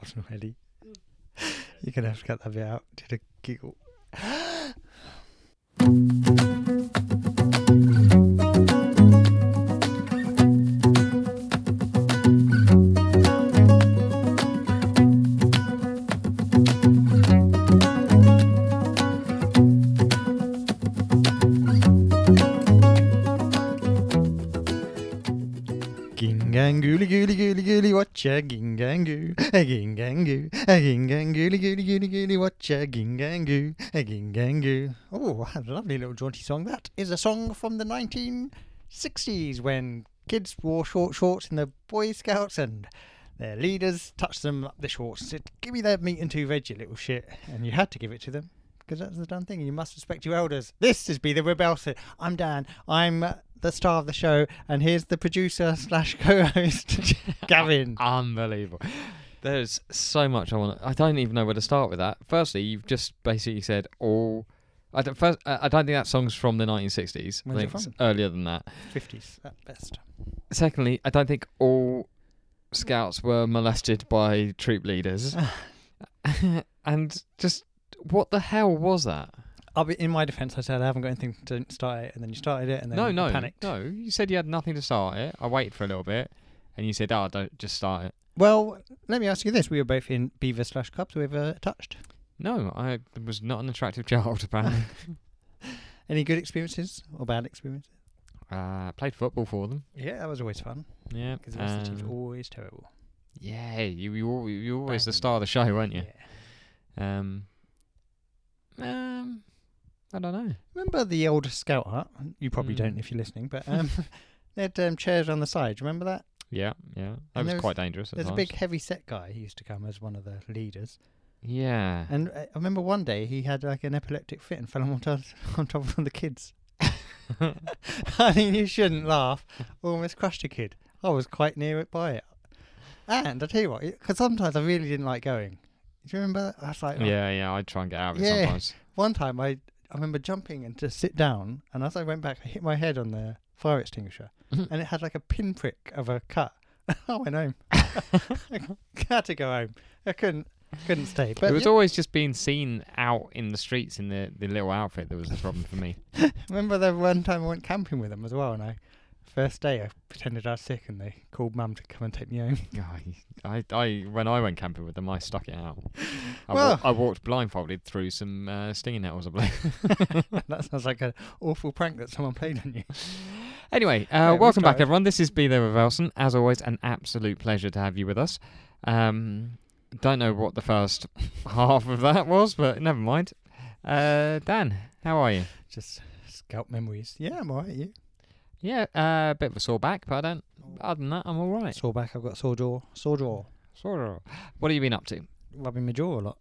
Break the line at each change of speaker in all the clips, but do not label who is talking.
Wasn't ready. You're gonna have to cut that bit out. Did a giggle. Gingangooli gooli gooli gooli watch a gingangoo a gingangoo a gingangooli gooli gooli gooli watch a gingangoo a gingangoo. Oh, what a lovely little jaunty song. That is a song from the 1960s when kids wore short shorts in the Boy Scouts and their leaders touched them up the shorts and said, give me that meat and two veg, you little shit. And you had to give it to them because that's the done thing. You must respect your elders. This is Be the Rebellion. I'm Dan. I'm uh, the star of the show, and here's the producer slash co-host, Gavin.
Ah, Unbelievable. There's so much I want. I don't even know where to start with that. Firstly, you've just basically said all. I don't, first, I I don't think that song's from the
When's
1960s. I
it
think it's
from?
earlier than that.
Fifties at best.
Secondly, I don't think all scouts were molested by troop leaders. and just what the hell was that?
I'll be in my defence. I said I haven't got anything to start it, and then you started it, and then
no,
you
no,
panicked.
no. You said you had nothing to start it. I waited for a little bit, and you said, "Oh, don't just start it."
Well, let me ask you this: We were both in Beaver slash Cubs. We ever touched?
No, I was not an attractive child. Apparently,
Any good experiences or bad experiences?
uh, played football for them.
Yeah, that was always fun
Yeah,
because the rest of the team's
um,
always terrible.
Yeah, you you al- you were always the
Bang.
star of the show, weren't you? Um, um, I don't know.
Remember the old scout hut? You probably
Mm.
don't if you're listening, but um, they had um, chairs on the side. Remember that?
Yeah, yeah, that
And
was
there was-
quite dangerous. At
There's a
times.
big heavy set guy who used to come as one of the leaders.
Yeah.
And uh, I remember one day he had like an epileptic fit and fell on top, on top of one of the kids. I mean, you shouldn't laugh. Almost crushed a kid. I was quite near it by it. And I tell you what, because sometimes I really didn't like going. Do you remember? that? I was like, oh,
yeah, yeah, I'd try and get out of it
Yeah.
sometimes.
one time I, I remember jumping and to sit down, and as I went back, I hit my head on the fire extinguisher,
Mhm.
and it had like a pinprick of a cut. I went home. I had to go home. I couldn't couldn't stay. But
it was
you-
always just being seen out in the streets in the, the little outfit that was the problem for me.
remember the one time I went camping with them as well, and I first day I pretended I was sick, and they called mum to come and take me home.
I, I, I, when I went camping with them, I stuck it out. I,
Well-
wa- I walked blindfolded through some uh, stinging nettles, I believe.
that sounds like an awful prank that someone played on you.
Anyway, uh,
Yeah, we
welcome back,
started.
everyone. This is Be There with Elson. As always, an absolute pleasure to have you with us. Um, don't know what the first half of that was, but never mind. Uh, Dan, how are you?
Just scout memories. Yeah, I'm alright. You
Yeah, uh, a bit of a sore back, but I don't. Other than that, I'm all right.
sore back. I've got sore jaw. Sore jaw.
Sore. What have you been up to?
Rubbing my jaw a lot.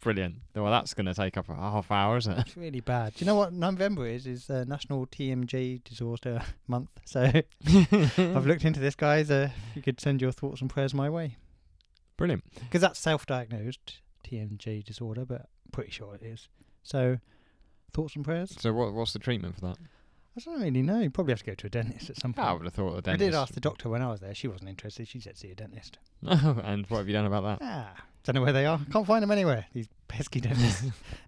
Brilliant. Well, that's going to take up a half hour, isn't it?
It's really bad. Do you know what November is? Is uh, National TMJ Disorder Month. So I've looked into this, guys. Uh, if you could send your thoughts and prayers my way,
Brilliant.
because that's self-diagnosed TMJ disorder, but pretty sure it is. So thoughts and prayers.
So, what, what's the treatment for that?
I don't really know. You probably have to go to a dentist at some point.
I would have thought the
I
dentist.
did ask the doctor when I was there. She wasn't interested. She said see a dentist.
No, and what have you done about that?
Ah, don't know where they are. Can't find them anywhere. These pesky dentists.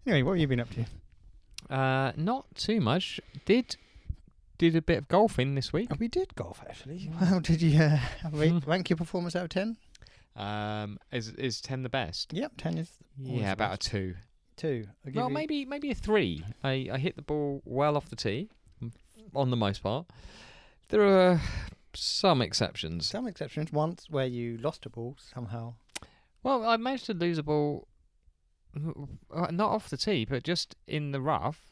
anyway, what have you been up to?
Uh, not too much. Did did a bit of golfing this week.
Oh, we did golf actually.
Yeah.
Well, did you uh,
Hmm.
rate- rank your performance out of ten?
Um, is is ten the best?
Yep, ten is Always
yeah,
the
about
best.
a two.
two. I'll give
Well,
you-
maybe maybe a three. I I hit the ball well off the tee, m- on the most part. There are some exceptions.
some exceptions. Once where you lost a ball somehow.
Well, I managed to lose a ball, uh, not off the tee, but just in the rough,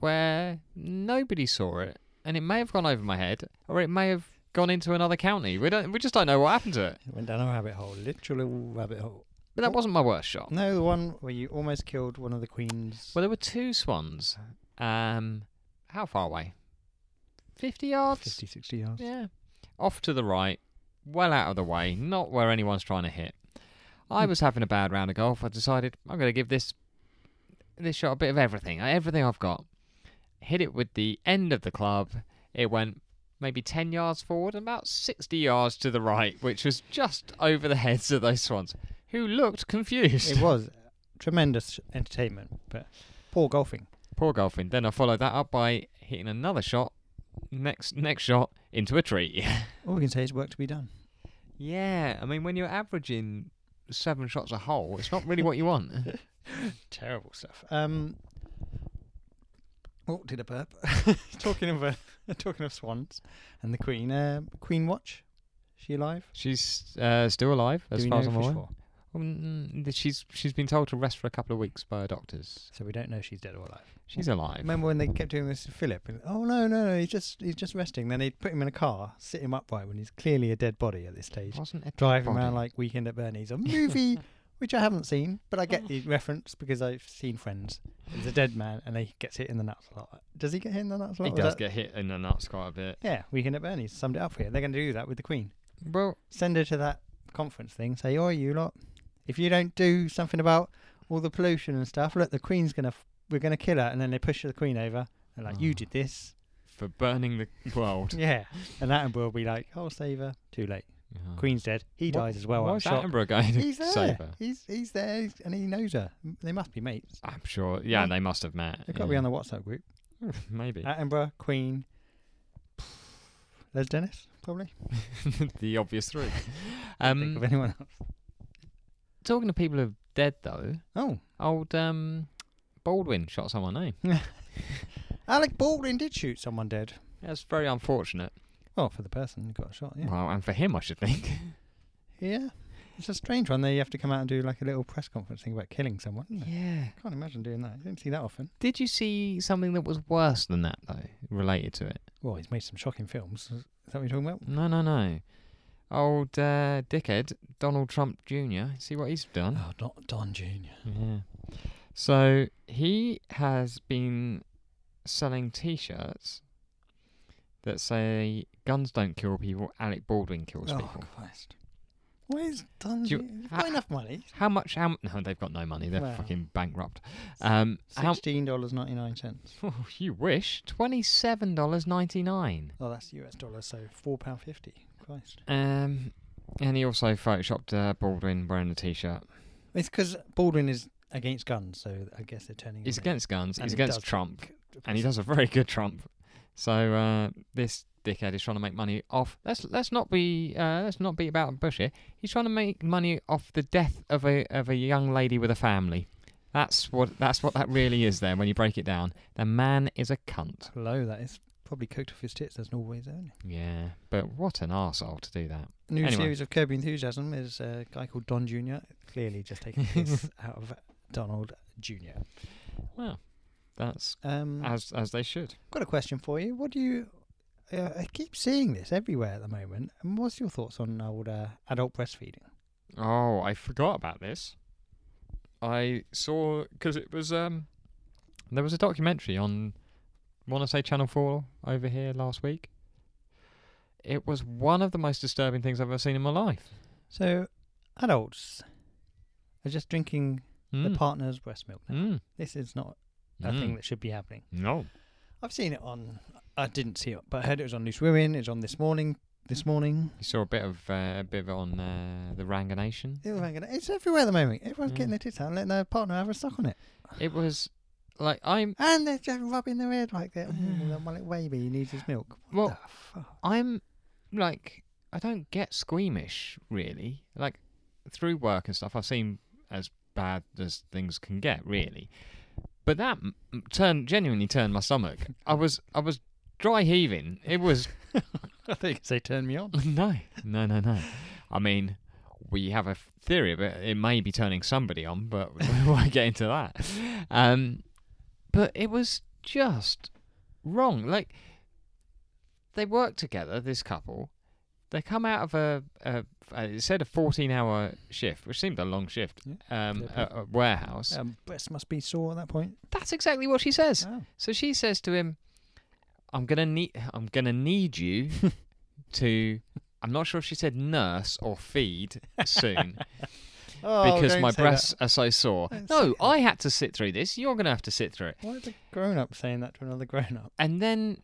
where nobody saw it, and it may have gone over my head, or it may have gone into another county. We don't. We just don't know what happened to it.
It went down a rabbit hole, literal rabbit hole.
But that wasn't my worst shot.
No, the one where you almost killed one of the queens.
Well, there were two swans. Um, how far away? Fifty yards.
50, 60 yards.
Yeah, off to the right, well out of the way, not where anyone's trying to hit. I was having a bad round of golf. I decided I'm going to give this this shot a bit of everything, everything I've got. Hit it with the end of the club. It went maybe 10 yards forward and about 60 yards to the right, which was just over the heads of those swans, who looked confused.
It was tremendous entertainment, but poor golfing.
Poor golfing. Then I followed that up by hitting another shot, next next shot into a tree.
All we can say is work to be done.
yeah, I mean when you're averaging seven shots a hole, it's not really what you want.
Terrible stuff. Um, oh, did a burp. talking of uh, talking of swans and the Queen. Uh, Queen Watch, she alive?
She's uh, still alive, as
Do we
far
know
as I'm
for
aware.
sure?
Mm, th- she's she's been told to rest for a couple of weeks by her doctors.
So we don't know if she's dead or alive.
She's alive.
Remember when they kept doing this to Philip? And, oh no, no, no, he's just he's just resting. Then they'd put him in a car, sit him upright when he's clearly a dead body at this stage.
Wasn't it?
Drive him
body.
around like Weekend at Bernie's, a movie which I haven't seen, but I
Oh.
get the reference because I've seen Friends. He's a dead man, and he gets hit in the nuts a lot. Does he get hit in the nuts a lot?
He
Was
does
that-
get hit in the nuts quite a bit.
Yeah, Weekend at Bernie's summed it up for you. They're going to do that with the Queen.
Well,
Send her to that conference thing. Say, "Oi, you lot, if you don't do something about all the pollution and stuff, look, the Queen's going to we're going to kill her." And then they push the Queen over. They're like, "You
Oh.
did this."
for burning the world.
Yeah, and Attenborough will be like, "I'll save her." Too late.
Yeah.
Queen's dead. He
Wha-
dies as well.
Oh. Why
I'm
is
shocked.
Attenborough going to
He's there.
save her?
He's he's there, he's- and he knows her. M- They must be mates.
I'm sure. Yeah,
Yeah.
they must have met.
They've got to be on the WhatsApp group.
the maybe
Attenborough, Queen, Les Dennis, probably.
the obvious three.
Think of
Um,
anyone else?
talking to people who are dead though,
Oh,
old um, Baldwin shot someone. Eh,
Alec Baldwin did shoot someone dead.
that's very unfortunate.
Well, for the person who got a shot, yeah.
Well, and for him, I should think.
Yeah. It's a strange one. They have to come out and do like a little press conference thing about killing someone. Isn't it?
yeah.
Can't imagine doing that. You don't see that often.
Did you see something that was worse than that though, related to it?
Well, he's made some shocking films. Is that what you're talking about?
No, no, no. Old uh, dickhead Donald Trump Jr. See what he's done.
Oh, not Don Jr.
Yeah. So he has been selling T-shirts that say "Guns don't kill people, Alec Baldwin kills
Oh,
people."
Christ. Where's Don
Do
Jr.?
you-
He's
ha-
got enough money.
How much? How m- no? They've got no money. They're
Well.
fucking bankrupt. Um, how?
$16.99.
Oh, you wish. Twenty-seven dollars ninety-nine.
Oh, that's US dollars, so £4.50. Christ.
Um, and he also photoshopped uh, Baldwin wearing the T-shirt.
It's because Baldwin is against guns, so I guess they're turning.
He's
him
against guns.
And
he's
he
against
does-
Trump, and he
does.
does a very good Trump. So uh, this dickhead is trying to make money off. Let's let's not be uh, let's not be about Bush here. He's trying to make money off the death of a of a young lady with a family. That's what that's what that really is. Then when you break it down, the man is a cunt.
Hello, that is probably cooked off his tits. There's no way there.
Yeah, but what an arsehole to do that.
New
Anyway.
series of Curb Your Enthusiasm is a guy called Don Jr. Clearly, just taking this out of Donald Jr.
Well, that's
Um,
as as they should.
got a question for you. What do you? Uh, I keep seeing this everywhere at the moment. And what's your thoughts on old uh, adult breastfeeding?
Oh, I forgot about this. I saw because it was um, there was a documentary on, want to say Channel Four over here last week. It was one of the most disturbing things I've ever seen in my life.
So, adults are just drinking
Hmm.
their partner's breast milk. Now.
Mm.
This is not a thing that should be happening.
Hmm. no.
I've seen it on. I didn't see it, but I heard it was on Loose Women. It was on this morning. This morning.
You saw a bit of uh, a bit of it on uh, the Ranga Nation.
It was hanging- It's everywhere at the moment. Everyone's
Mm.
getting their tits out and letting their partner have a suck on it.
It was like I'm
And they're just rubbing their head like they're, oh, that my little baby needs his milk. What
Well,
the fuck?
I'm like I don't get squeamish really. Like through work and stuff, I've seen as bad as things can get really. But that m- m- turned genuinely turned my stomach. I was I was dry heaving. It was
I think they turn me on.
no no no no. I mean. We have a theory of it. It may be turning somebody on, but we won't get into that. Um, but it was just wrong. Like they work together, this couple. They come out of a, a, a it said a fourteen-hour shift, which seemed a long shift. Um,
Yeah.
a, a warehouse.
Um, breast must be sore at that point.
That's exactly what she says.
Oh.
So she says to him, "I'm gonna need, I'm gonna need you to." I'm not sure if she said nurse or feed soon
Oh,
because
don't
my
say that.
breasts are so sore.
Don't say
No,
that.
I had to sit through this. You're gonna have to sit through it.
Why is a grown up saying that to another grown up?
and then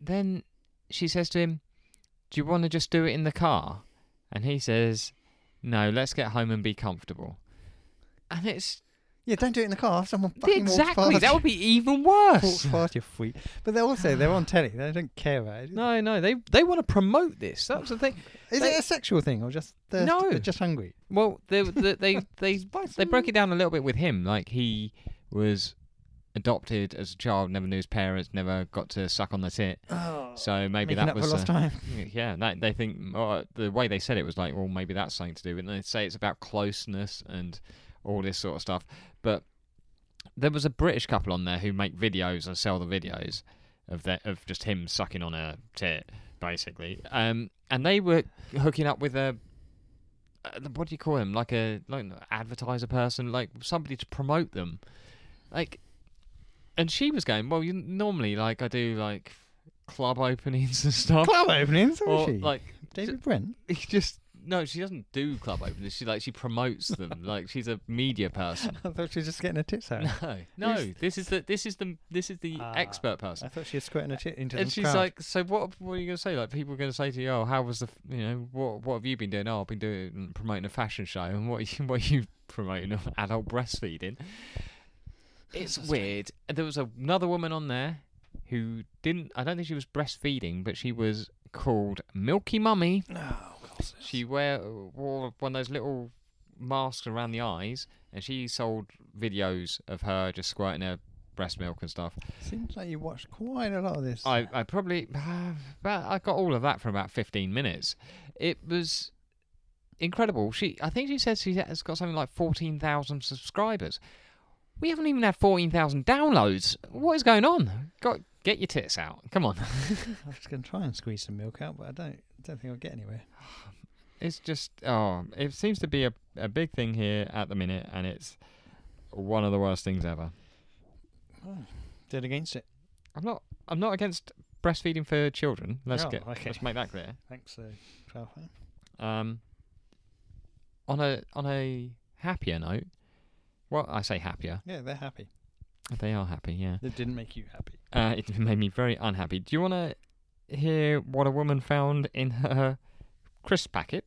then she says to him, Do you want to just do it in the car? And he says, No, let's get home and be comfortable. And it's
Yeah, don't do it in the car. Someone fucking walks
exactly
past
that would
you.
be even
walks
worse.
past your feet. But they're also they're on telly. They don't care about it.
No, no, they they want to promote this. That's the thing.
Is
they-
it a sexual thing or just they're,
No.
they're just hungry?
Well, they they they they, they
Hmm.
broke it down a little bit with him. Like he was adopted as a child, never knew his parents, never got to suck on the tit.
Oh,
So maybe
making
that
up
was uh,
for lost
the-
time.
yeah. That, they think uh the way they said it was like, well, maybe that's something to do. with it. And they say it's about closeness and all this sort of stuff. But there was a British couple on there who make videos and sell the videos of that of just him sucking on a tit, basically. Um, and they were hooking up with a. uh, What do you call him? Like a like an advertiser person, like somebody to promote them, like. And she was going, well, you normally like I do like club openings and stuff
Club openings,
or
is she?
like
David Brent.
he just no, she doesn't do club openers. She like she promotes them. like she's a media person.
I thought she was just getting her tits out.
No, no.
Who's-
This is the this is the this is the
Ah,
expert
I
person.
thought she was squirting her tit into the
And she's
crowd.
like, so what? What are you gonna say? Like people are gonna say to you, oh, how was the f- you know what what have you been doing? Oh, I've been doing promoting a fashion show. And what are you what are you promoting? Adult breastfeeding. It's weird. And There was another woman on there who didn't. I don't think she was breastfeeding, but she was called Milky Mummy.
oh,
She wear, wore one of those little masks around the eyes, and she sold videos of her just squirting her breast milk and stuff.
Seems like you watched quite a lot of this.
I, I probably, but I got all of that for about fifteen minutes. It was incredible. She, I think she says she has got something like fourteen thousand subscribers. We haven't even had fourteen thousand downloads. What is going on? Got get your tits out. Come on.
I was going to try and squeeze some milk out, but I don't. Don't think I'll get anywhere.
It's just oh, it seems to be a a big thing here at the minute, and it's one of the worst things ever.
Dead against it.
I'm not I'm not against breastfeeding for children. Let's
Oh,
get
okay.
let's make that clear.
Thanks, uh, Ralph.
Um, on a on a happier note, well, I say happier.
Yeah, they're happy.
They are happy, yeah.
That didn't make you happy.
Uh, it made me very unhappy. Do you want to hear what a woman found in her crisp packet?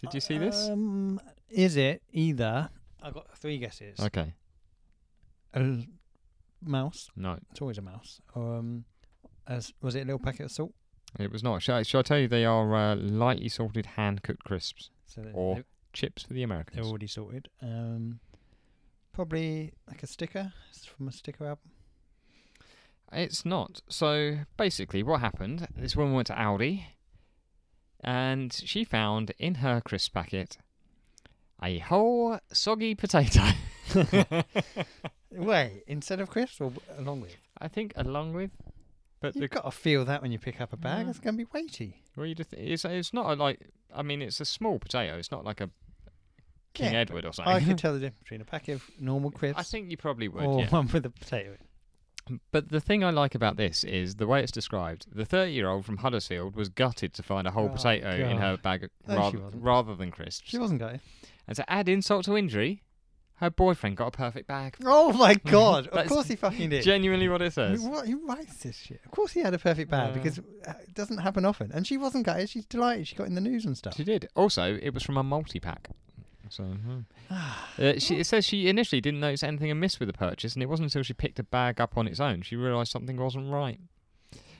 Did you see this?
Um, is it either? I've got three guesses.
Okay.
A l- mouse.
No,
It's always a mouse. Or, um, as was it a little packet of salt?
it was not. Shall I, shall I tell you they are uh, lightly salted hand cooked crisps?
So they-
Or-
they-
Chips for the
they're
Americans.
already sorted. Um, probably like a sticker It's from a sticker album.
It's not. So basically, what happened? This woman went to Aldi, and she found in her crisp packet a whole soggy potato.
Wait, instead of crisps or w- along with?
I think along with, but the, Mm.
You've got to feel that when you pick up a bag.
Yeah.
It's going to be weighty.
well, you just, it's it's not a, like I mean it's a small potato. It's not like a King
Yeah,
Edward or
I
something.
could tell the difference between a packet of normal crisps
I think you probably would.
or
yeah.
one with a potato. in it.
But the thing I like about this is the way it's described. The 30 year old from Huddersfield was gutted to find a whole
Oh,
potato in
God.
her bag
No, she
rather,
wasn't.
rather than crisps.
She wasn't going.
And to add insult to injury, her boyfriend got a perfect bag.
Oh my god! of
That's
course he fucking did.
Genuinely what it
I mean,
says.
what, who writes this shit? Of course he had a perfect bag
Yeah.
because uh, it doesn't happen often. And she wasn't gutted. She's delighted. She got in the news and stuff.
She did. Also, it was from a multi pack. So, mhm. uh, she, it says she initially didn't notice anything amiss with the purchase, and it wasn't until she picked a bag up on its own she realised something wasn't right.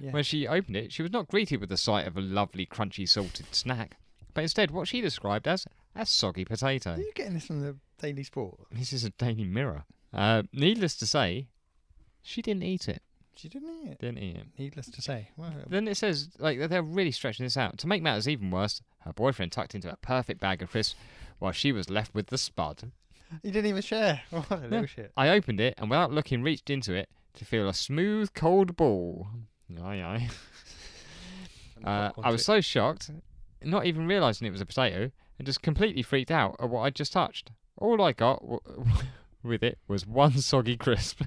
Yeah.
When she opened it, she was not greeted with the sight of a lovely, crunchy, salted snack, but instead what she described as a soggy potato.
Are you getting this from the Daily Sport?
This is a Daily Mirror. Uh, needless to say, she didn't eat it.
She didn't eat it.
Didn't eat it.
Needless to say. Well,
Then it says, like, that they're really stretching this out. To make matters even worse, her boyfriend tucked into a perfect bag of crisps while she was left with the spud.
he didn't even share. What a little shit.
I opened it and without looking reached into it to feel a smooth, cold ball. Aye, aye. Uh, I was so shocked, not even realising it was a potato, and just completely freaked out at what I'd just touched. All I got w- with it was one soggy crisp.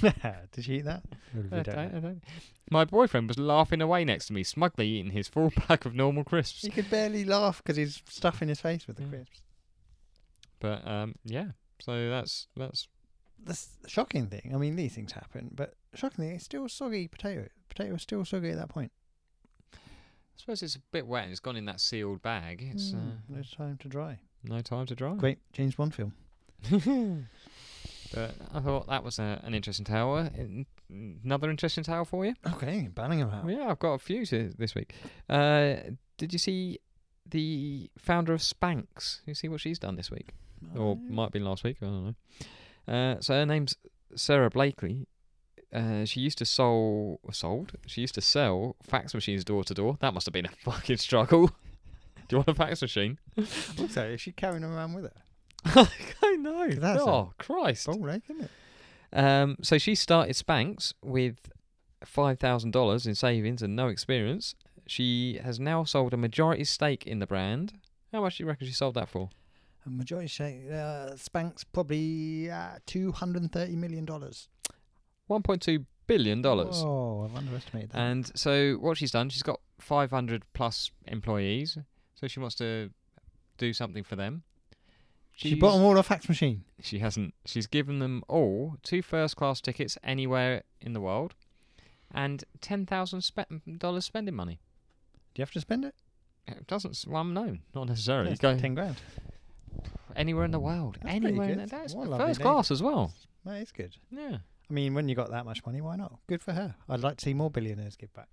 Did she eat that?
I don't- I don't- My boyfriend was laughing away next to me, smugly eating his full pack of normal crisps.
He could barely laugh because he's stuffing his face with the
Yeah.
crisps.
But um, yeah. So that's that's
The s- shocking thing. I mean, these things happen, but shockingly, it's still soggy potato. Potato is still soggy at that point.
I suppose it's a bit wet and it's gone in that sealed bag. It's
Mm,
uh, Hmm.
no time to dry.
no time to dry.
Great James Bond film.
But I thought that was a, an interesting tale. Uh, n- Another interesting tale for you.
Okay, banning him out.
Yeah, I've got a few to, this week. Uh, did you see the founder of Spanx? You see what she's done this week,
Oh,
or might be last week. I don't know. Uh, so her name's Sarah Blakely. Uh, she used to sold, sold. She used to sell fax machines door to door. That must have been a fucking struggle. Do you want a fax machine?
Also, is she carrying him around with her?
I know.
That's a-
oh Christ!
Ball ache, isn't it?
Um, so she started Spanx with five thousand dollars in savings and no experience. She has now sold a majority stake in the brand. How much do you reckon she sold that for?
A majority shake. Uh, Spanx probably uh, two hundred and thirty million dollars.
One point two billion dollars.
Oh, I've underestimated that.
And so what she's done, she's got five hundred plus employees. So she wants to do something for them.
she
She's-
bought them all off fax machine.
She hasn't. She's given them all two first class tickets anywhere in the world, and ten thousand dollars spending money.
Do you have to spend it?
It doesn't. s- Well, no, not necessarily.
Yes,
Go
Ten grand.
anywhere in the world.
Mm. That's pretty
anywhere in the,
good.
that's
What a lovely
first
lady.
class as well.
That is good.
Yeah,
I mean, when you got that much money, why not? Good for her. I'd like to see more billionaires give back.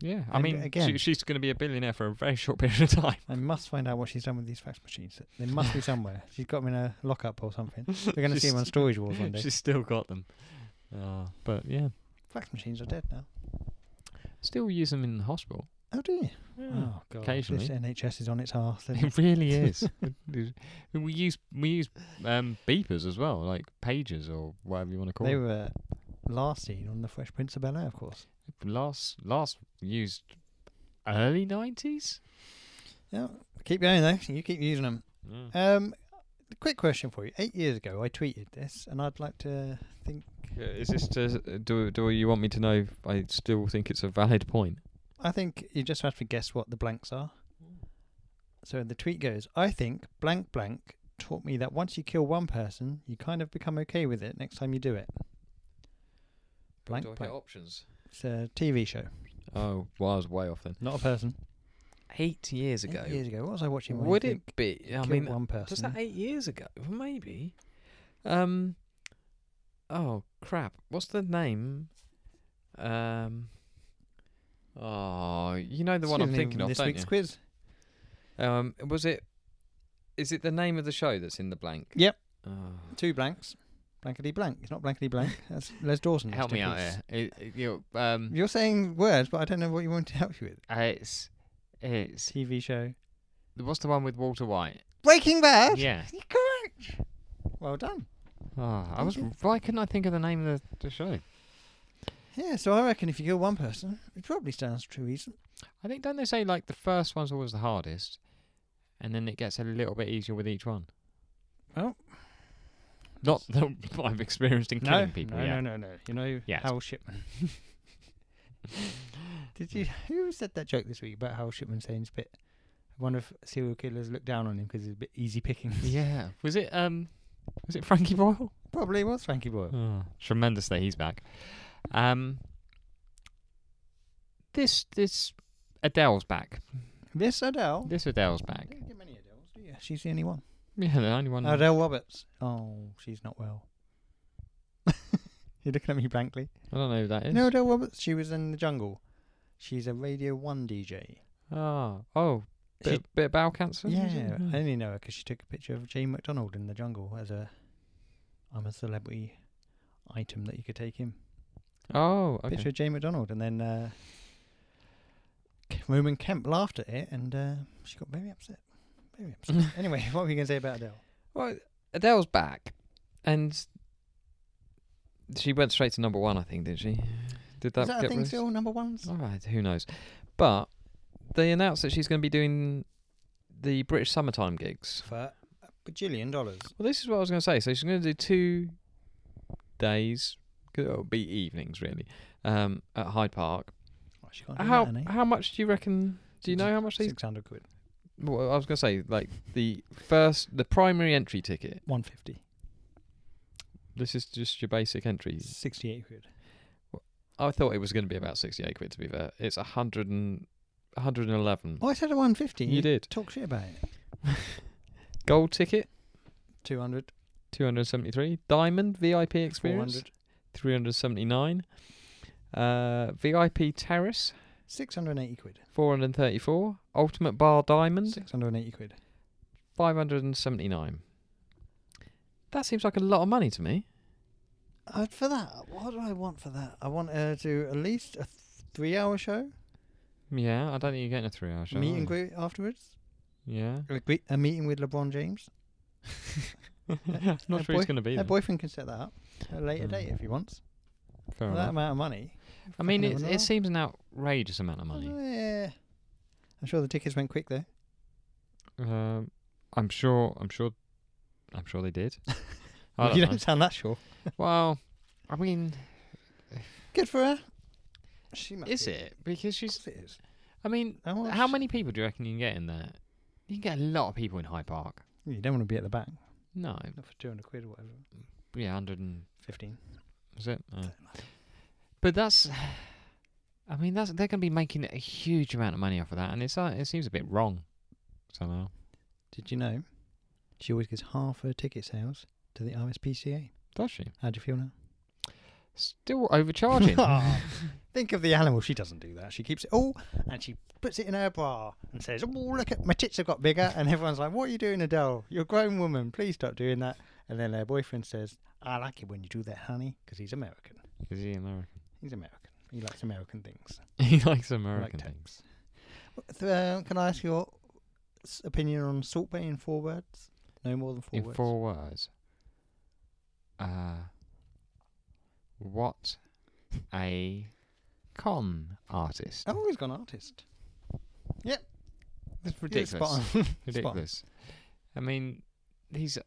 yeah. I
And
mean,
again-
she, she's going to be a billionaire for a very short period of time.
I must find out what she's done with these fax machines. They must be somewhere. She's got them in a lockup or something. We're going to see them on
She's-
storage walls one day.
She's still got them. Uh, but yeah,
Fax machines are dead now.
still use them in the hospital.
Oh, do you?
Yeah.
Oh, God.
occasionally.
This NHS is on its arse. isn't it?
It really is. we use we use um, beepers as well, like pages or whatever you want to call
They
it.
were last seen on The Fresh Prince of Bel Air, of course.
Last last used early nineties.
Yeah. Keep going, though. You keep using them. Um, quick question for you. Eight years ago, I tweeted this, and I'd like to think.
Uh, Is this to do? Do you want me to know? if I still think it's a valid point.
I think you just have to guess what the blanks are. So the tweet goes, I think blank blank taught me that once you kill one person, you kind of become okay with it next time you do it. Blank
do I
blank.
get options?
It's a TV show,
Oh, well, I was way off then.
not a person.
Eight years ago.
Eight years ago, what was I watching? when you
Would it
think
be? I
kill
mean,
one
was
person.
that eight years ago? Well, maybe. Um. Oh crap! What's the name? Um. Oh, you know the one I'm
Excuse me,
thinking of,
This
don't
week's
you?
quiz.
Um, was it? Is it the name of the show that's in the blank?
Yep.
Oh.
Two blanks. Blankety blank. It's not blankety blank. That's Les Dawson.
Help
Mr.
me out
Quiz.
here. It, it- you know, um,
You're saying words, but I don't know what you want to help you with.
uh, it's it's
TV show.
what's the one with Walter White?
Breaking Bad.
Yeah.
You're correct. Well done.
Oh, I was.
Thank
Why couldn't I think of the name of the, the show?
Yeah, so I reckon if you kill one person, it probably stands to reason.
I think don't they say like the first one's always the hardest, and then it gets a little bit easier with each one. Oh.
Well.
not that I've experienced in killing people.
no,
yet.
no, no, no. You know
Yes.
Howell Shipman. Did you? Who said that joke this week about Howell Shipman saying he's a bit? One of serial killers looked down on him because he's a bit easy picking.
Yeah, was it um, was it Frankie Boyle?
probably was Frankie Boyle.
Oh, tremendous that he's back. Um, this this Adele's back.
This Adele.
This Adele's back.
You don't get many Adeles, do you? She's the only one.
Yeah, the only one.
Adele Uh, Roberts. Oh, she's not well. You're looking at me blankly.
I don't know who that is.
No, Adele Roberts. She was in the jungle. She's a Radio One DJ.
Oh, oh, bit,
She-
bit of bowel cancer. is it?
Yeah,
Oh.
I only know her 'cause she took a picture of Jane McDonald in the jungle as a I'm a celebrity item that you could take in.
Oh, okay.
Picture of Jane McDonald, and then uh, K- Roman Kemp laughed at it, and uh, she got very upset. Very upset. anyway, what were you going to say about Adele?
Well, Adele's back, and she went straight to number one. I think did she? Did that, Oh.
Is that a
get
thing
released?
still number ones?
All right, who knows? But they announced that she's going to be doing the British summertime gigs.
For a bajillion dollars.
Well, this is what I was going to say. So she's going to do two days. Could it'll be evenings really um, at Hyde Park.
Oh, she can't do
How
that, eh?
how much do you reckon? Do you know how much these?
Six hundred quid.
Well, I was going to say like the first, the primary entry ticket.
One fifty.
This is just your basic entry.
Sixty-eight quid.
I thought it was going to be about 68 quid, to be fair. It's 100 and, 111.
Oh, I said a 150.
You did.
Talk shit about it.
Gold ticket,
200.
273. Diamond VIP experience,
400.
379. Uh, VIP terrace,
680 quid.
434. Ultimate bar diamond,
680 quid.
579. That seems like a lot of money to me.
Uh, for that, what do I want for that? I want her to at least a th- three hour show,
Yeah, I don't think you're getting a three hour show.
meet
are
and
you?
greet afterwards,
Yeah.
a, gre- a meeting with LeBron James.
I'm not
Her
sure he's
boy-
going to be
Her
there.
boyfriend can set that up at a later
Mm.
date if he wants.
Fair
For
enough.
that amount of money.
I mean,
fucking
it,
have an
it seems an outrageous amount of
hour.
money.
Yeah. I'm sure the tickets went quick there.
Um, I'm sure. I'm sure. I'm sure they did. I don't
you
know.
don't sound that sure.
Well, I mean,
Good for her. She must
is
be-
it because she's?
Of course it is.
I mean,
How much-
how many people do you reckon you can get in there? You can get a lot of people in High Park.
You don't want to be at the back.
No,
Not for 200 quid or whatever.
yeah, hundred and
15.
is it? Oh. But that's. I mean, that's they're going to be making a huge amount of money off of that, and it's uh, it seems a bit wrong somehow.
Did you know? She always gives half her ticket sales to the RSPCA.
Does she
How do you feel now?
still overcharging?
Aw, Think of the animal. She doesn't do that. She keeps it all and she puts it in her bra and says, Oh, look at my tits have got bigger. And everyone's like, What are you doing, Adele? You're a grown woman. Please stop doing that. And then her boyfriend says, I like it when you do that, honey, because he's American.
is he American?
He's American. He likes American things.
he likes
I
American
like
things.
tanks. Uh, can I ask your s- opinion on Salt Bay in four words? No more than four
in
words.
four words. Uh, what a con artist.
I've always Oh, gone artist.
That's
You're spot
ridiculous.
on.
Ridiculous. I mean, he's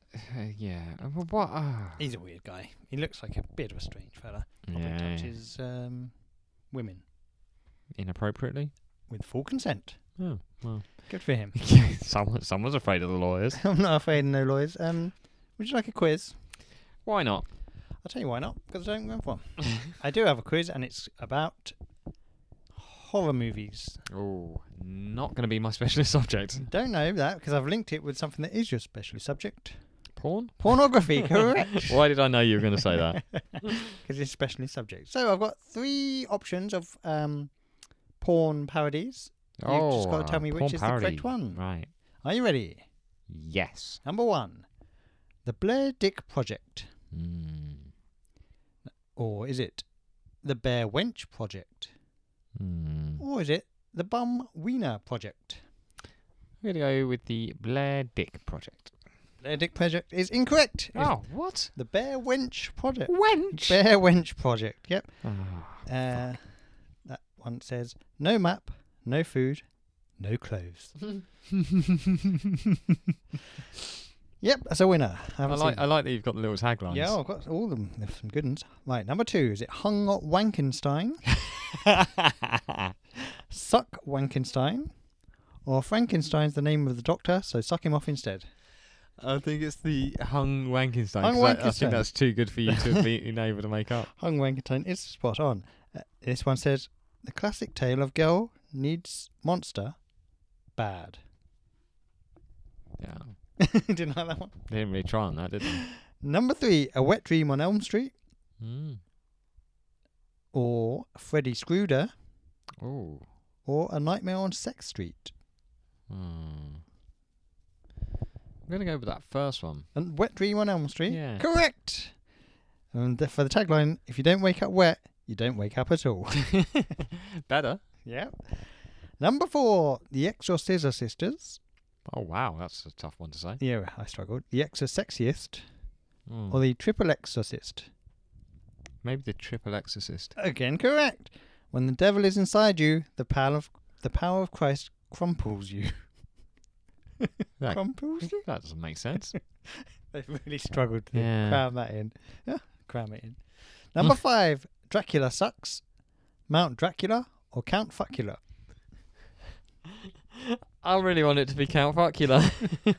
yeah. uh, wh- What? ah.
He's a weird guy. He looks like a bit of a strange fella. Probably
yeah.
touches um, women
Inappropriately.
with full consent.
Oh well.
Good for him.
Someone, someone's afraid of the lawyers.
I'm not afraid of no lawyers. Um, would you like a quiz?
Why not?
I'll tell you why not, because I don't have one. I do have a quiz, and it's about horror movies.
Oh, not going to be my specialist subject.
Don't know that because I've linked it with something that is your special subject.
Porn.
Pornography, correct?
Why did I know you were going to say that?
Because it's specially subject. So I've got three options of um, porn parodies. You've
oh,
just gotta tell
uh,
me which
porn
is the correct
parody.
one.
Right.
Are you ready?
Yes.
Number one, The Blair Dick Project.
Mm.
Or is it The Bear Wench Project?
Mm.
Or is it The Bum Wiener Project?
I'm going to go with the Blair Dick Project.
Blair Dick Project is incorrect. It's
Oh, what?
The Bear Wench Project.
Wench!
Bear Wench Project, yep.
Ah,
Uh, that one says no map, no food, no clothes. yep, that's a winner. I,
I
haven't
like,
seen-
I like that you've got the little taglines.
yeah, I've got all of them. There's some good ones. Right, number two is it hung Wankenstein, suck Wankenstein, or Frankenstein's the name of the doctor, so suck him off instead.
I think it's the Hung Wankenstein.
Hung
'cause I, I
Wankenstein.
think that's too good for you to have been able to make up.
Hung Wankenstein is spot on. Uh, this one says the classic tale of girl needs monster, bad.
Yeah.
Didn't like that one.
They didn't really try on that, did they?
Number three, a wet dream on Elm Street.
Mm.
or Freddy Scrooder
Oh.
or A Nightmare on Sex Street.
Mm. I'm going to go with that first one.
And Wet Dream on Elm Street.
Yeah.
Correct. And the, for the tagline, if you don't wake up wet, you don't wake up at all.
Better.
yep. Number four, The Exorcisor Sisters.
Oh, wow. That's a tough one to say.
Yeah, I struggled. The Exorsexiest
Mm.
or The Triple Exorcist.
Hmm. Maybe the triple exorcist.
Again, correct. When the devil is inside you, the power of the power of Christ crumples you.
That-
crumples you?
That doesn't make sense.
They've really struggled to
Yeah.
cram that in. Yeah, cram it in. Number five, Dracula sucks. Mount Dracula or Count Fuckula?
I really want it to be Count Fuckula.
Are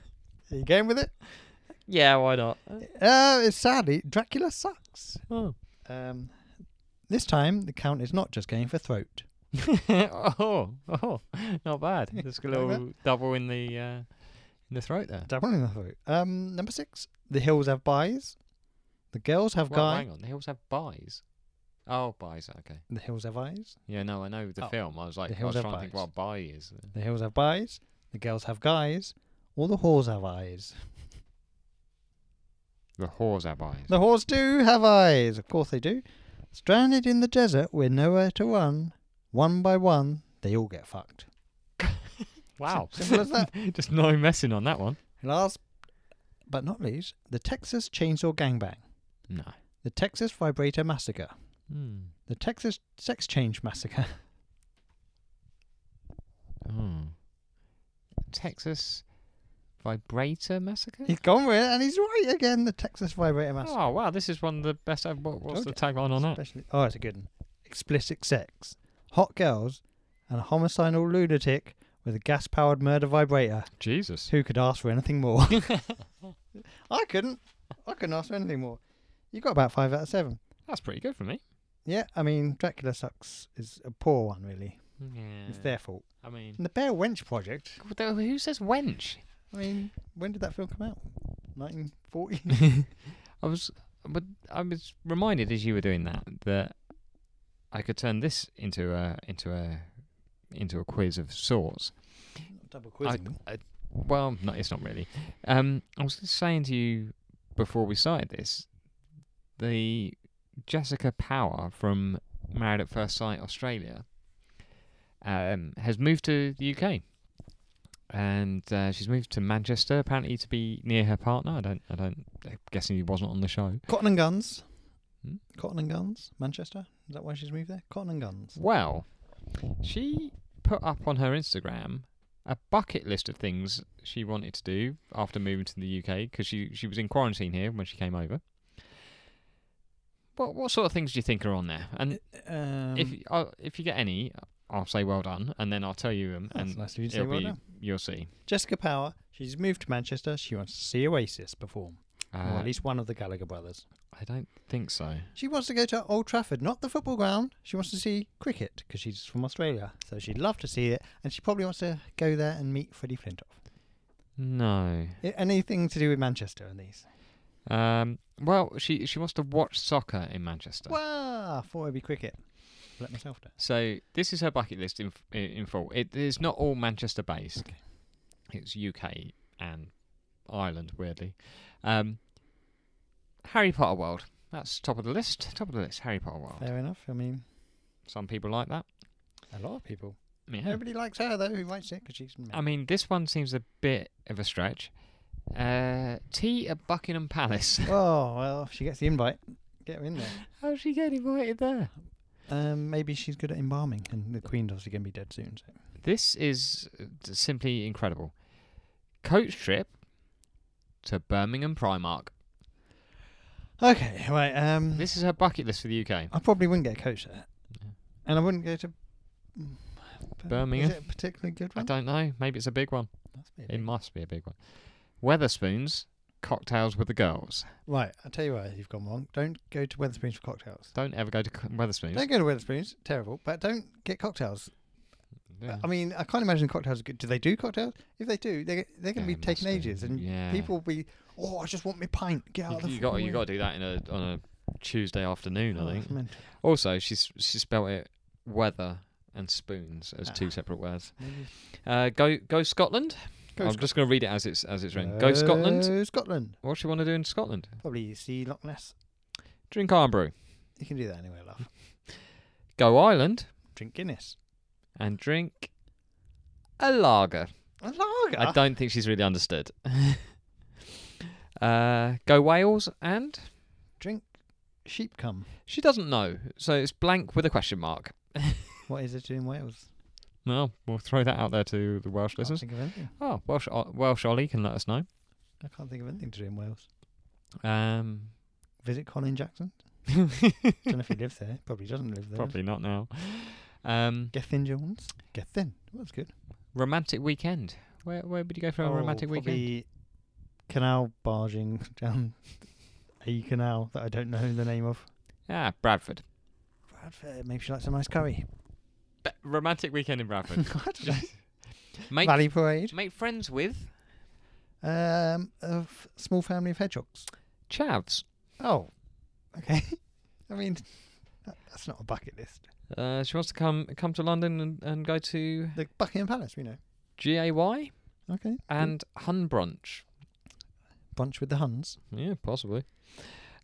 you going with it?
yeah, why not?
Uh, it's sadly, Dracula sucks.
Oh.
Um, This time, the count is not just going for throat.
oh, oh, not bad. Just a
Like that.
little double in the uh, in the throat there.
Double in the throat. Um, number six, the hills have buys. The girls have
Well,
guy.
hang on, the hills have buys. Oh, buys. Okay.
The hills have eyes.
Yeah, no, I know the
Oh,
film. I was like,
the
I
hills
was
have
trying to think
buys.
what a buy is.
The hills have buys. The girls have guys. All the whores have eyes.
The whores have buys.
The whores do have eyes. Of course they do. Stranded in the desert with nowhere to run. One by one, they all get fucked.
Wow.
Simple as that.
Just no messing on that one.
Last but not least, the Texas Chainsaw Gangbang.
No.
The Texas Vibrator Massacre.
Hmm.
The Texas Sex Change Massacre.
Oh. Texas Vibrator Massacre?
he's gone with it and he's right again. The Texas Vibrator Massacre.
Oh, wow. This is one of the best. I've- What, what's
Told
the tagline on that?
Especially, oh, it's a good one. Explicit sex, hot girls, and a homicidal lunatic with a gas powered murder vibrator.
Jesus.
Who could ask for anything more? I couldn't. I couldn't ask for anything more. You got about five out of seven.
That's pretty good for me.
Yeah, I mean, Dracula Sucks is a poor one, really.
Yeah.
It's their fault.
I mean,
And the Bear Wench Project,
Wh- though, who says wench?
I mean, when did that film come out? 1940?
I was, but I was reminded as you were doing that that I could turn this into a into a into a quiz of sorts.
Double
I,
quizzing.
I, well, no, it's not really. Um, I was just saying to you before we started this, the Jessica Power from Married at First Sight Australia um, has moved to the UK, and uh, she's moved to Manchester apparently to be near her partner. I don't, I don't. I'm guessing he wasn't on the show.
Cotton and Guns.
Hmm?
Cotton and Guns, Manchester. Is that why she's moved there? Cotton and Guns.
Well, she put up on her Instagram a bucket list of things she wanted to do after moving to the UK because she, she was in quarantine here when she came over. What what sort of things do you think are on there? And
Um,
if i if you get any, I'll say well done, and then I'll tell you them,
that's
and
nice of you to say
it'll
well
be,
done.
you'll see.
Jessica Power. She's moved to Manchester. She wants to see Oasis perform, or
Uh,
at least one of the Gallagher brothers.
I don't think so.
She wants to go to Old Trafford, not the football ground. She wants to see cricket because she's from Australia, so she'd love to see it. And she probably wants to go there and meet Freddie Flintoff.
No.
I- Anything to do with Manchester and these?
Um. Well, she she wants to watch soccer in Manchester.
Wow, thought it'd be cricket. Let myself down.
So this is her bucket list in f- in full. It is not all Manchester based.
Okay.
It's UK and Ireland, weirdly. Um, Harry Potter World. That's top of the list. Top of the list. Harry Potter World.
Fair enough. I mean,
Some people like that.
a lot of people.
Yeah.
Nobody likes her though. Who writes it? Because she's.
I mean, this one seems a bit of a stretch. Uh, tea at Buckingham Palace.
oh well, if she gets the invite. Get her in there.
How's she get invited there?
Um, maybe she's good at embalming, and the Queen's obviously going to be dead soon. So.
This is uh, d- simply incredible. Coach trip to Birmingham Primark.
Okay, right. Um,
This is her bucket list for the UK.
I probably wouldn't get a coach there,
Yeah.
and I wouldn't go to mm, Bur-
Birmingham?
Is it a particularly good
I
one?
don't know. Maybe it's a big one.
Must be a
It
big-
must be a big one. Weatherspoons, cocktails with the girls.
Right, I'll tell you why you've gone wrong. Don't go to Weatherspoons for cocktails.
Don't ever go to co- Weatherspoons.
Don't go to Weatherspoons, terrible. But don't get cocktails.
Yeah.
I mean, I can't imagine cocktails. are good. Do they do cocktails? If they do, they they're going to
They
be taking
must do.
ages, and
Yeah.
people will be, oh, I just want my pint. Get out of
You,
the.
you got
fucking
you
way."
got to do that in a on a Tuesday afternoon,
Oh,
I
that's
think.
mental.
Also, she's she spelled it weather and spoons as
Ah.
two separate words.
Maybe-
Uh, go go Scotland.
Go Uh,
I'm
Sc-
just going to read it as it's as it's written. Go Scotland.
Go Scotland.
What she want to do in Scotland?
Probably see Loch Ness.
Drink arm brew.
You can do that anywhere, love.
Go Ireland
Drink Guinness.
and drink a lager.
A lager.
I don't think she's really understood. uh, go Wales, and
Drink sheep cum.
she doesn't know, so it's blank with a question mark.
What is it in Wales?
Well, we'll throw that out there to the
I
Welsh
can't
listeners.
think of anything.
Oh, Welsh, O- Welsh Ollie can let us know.
I can't think of anything to do in Wales.
Um,
Visit Colin Jackson. don't know if he lives there. Probably doesn't live there.
probably not now. Um,
Gethin Jones. Gethin. Well, that's good.
romantic weekend. Where where would you go for a
Oh,
romantic weekend?
probably Canal barging down a canal that I don't know the name of.
Ah, Bradford.
Bradford. Maybe she likes a nice curry.
Be- romantic weekend in Bradford.
I don't know.
make
Valley Parade.
make friends with
Um, of small family of hedgehogs.
Chavs.
Oh, okay. I mean, that- that's not a bucket list.
Uh, she wants to come come to London and, and go to
The Buckingham Palace, we know.
GAY
Okay.
and Hun brunch.
Bunch with the Huns.
Yeah, possibly.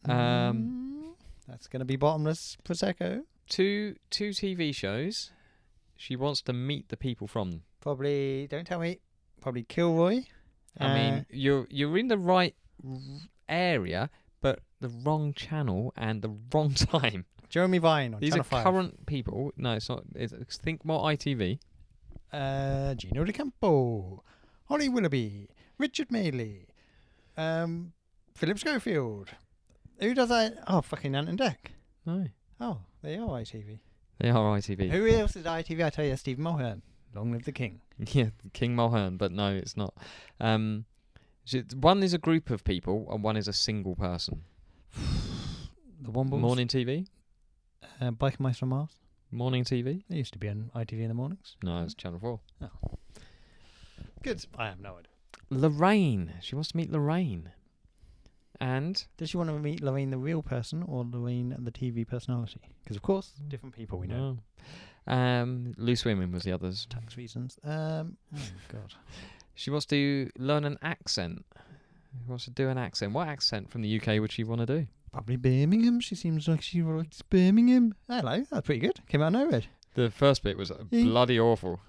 Um,
Mm, that's going to be bottomless prosecco.
two two TV shows. She wants to meet the people from. them.
Probably. Don't tell me. Probably Kilroy.
I
Uh,
mean, you're you're in the right r- area, but the wrong channel and the wrong time.
Jeremy Vine on
These
Channel
are
Five.
current people. No, it's not. It's, it's think more ITV.
uh, Gino De Campo, Holly Willoughby, Richard Maley, um, Philip Schofield. Who does that? Oh, fucking Ant and Deck.
No,
Oh, they are ITV.
they are ITV.
Who else is ITV? I tell you, Steve Mulhern. Long live the king.
Yeah, King Mulhern, but no, it's not. Um, so it's- one is a group of people, and one is a single person.
The Wombles.
Morning TV.
Uh, Bike Mice from Mars.
Morning TV.
They used to be on ITV in the mornings.
No, it's Channel Four.
Good. I have no idea.
Lorraine. She wants to meet Lorraine. And
Does she want to meet Lorraine, the real person, or Lorraine, the TV personality? Because, of course,
Mm.
different people we know.
No. Um, Loose Women was the others.
Tax reasons. Um, oh, God.
She wants to learn an accent. She wants to do an accent. What accent from the UK would she want to do?
Probably Birmingham. She seems like she likes Birmingham. Hello. That's pretty good. Came out of nowhere.
The first bit was
Ye-
bloody awful.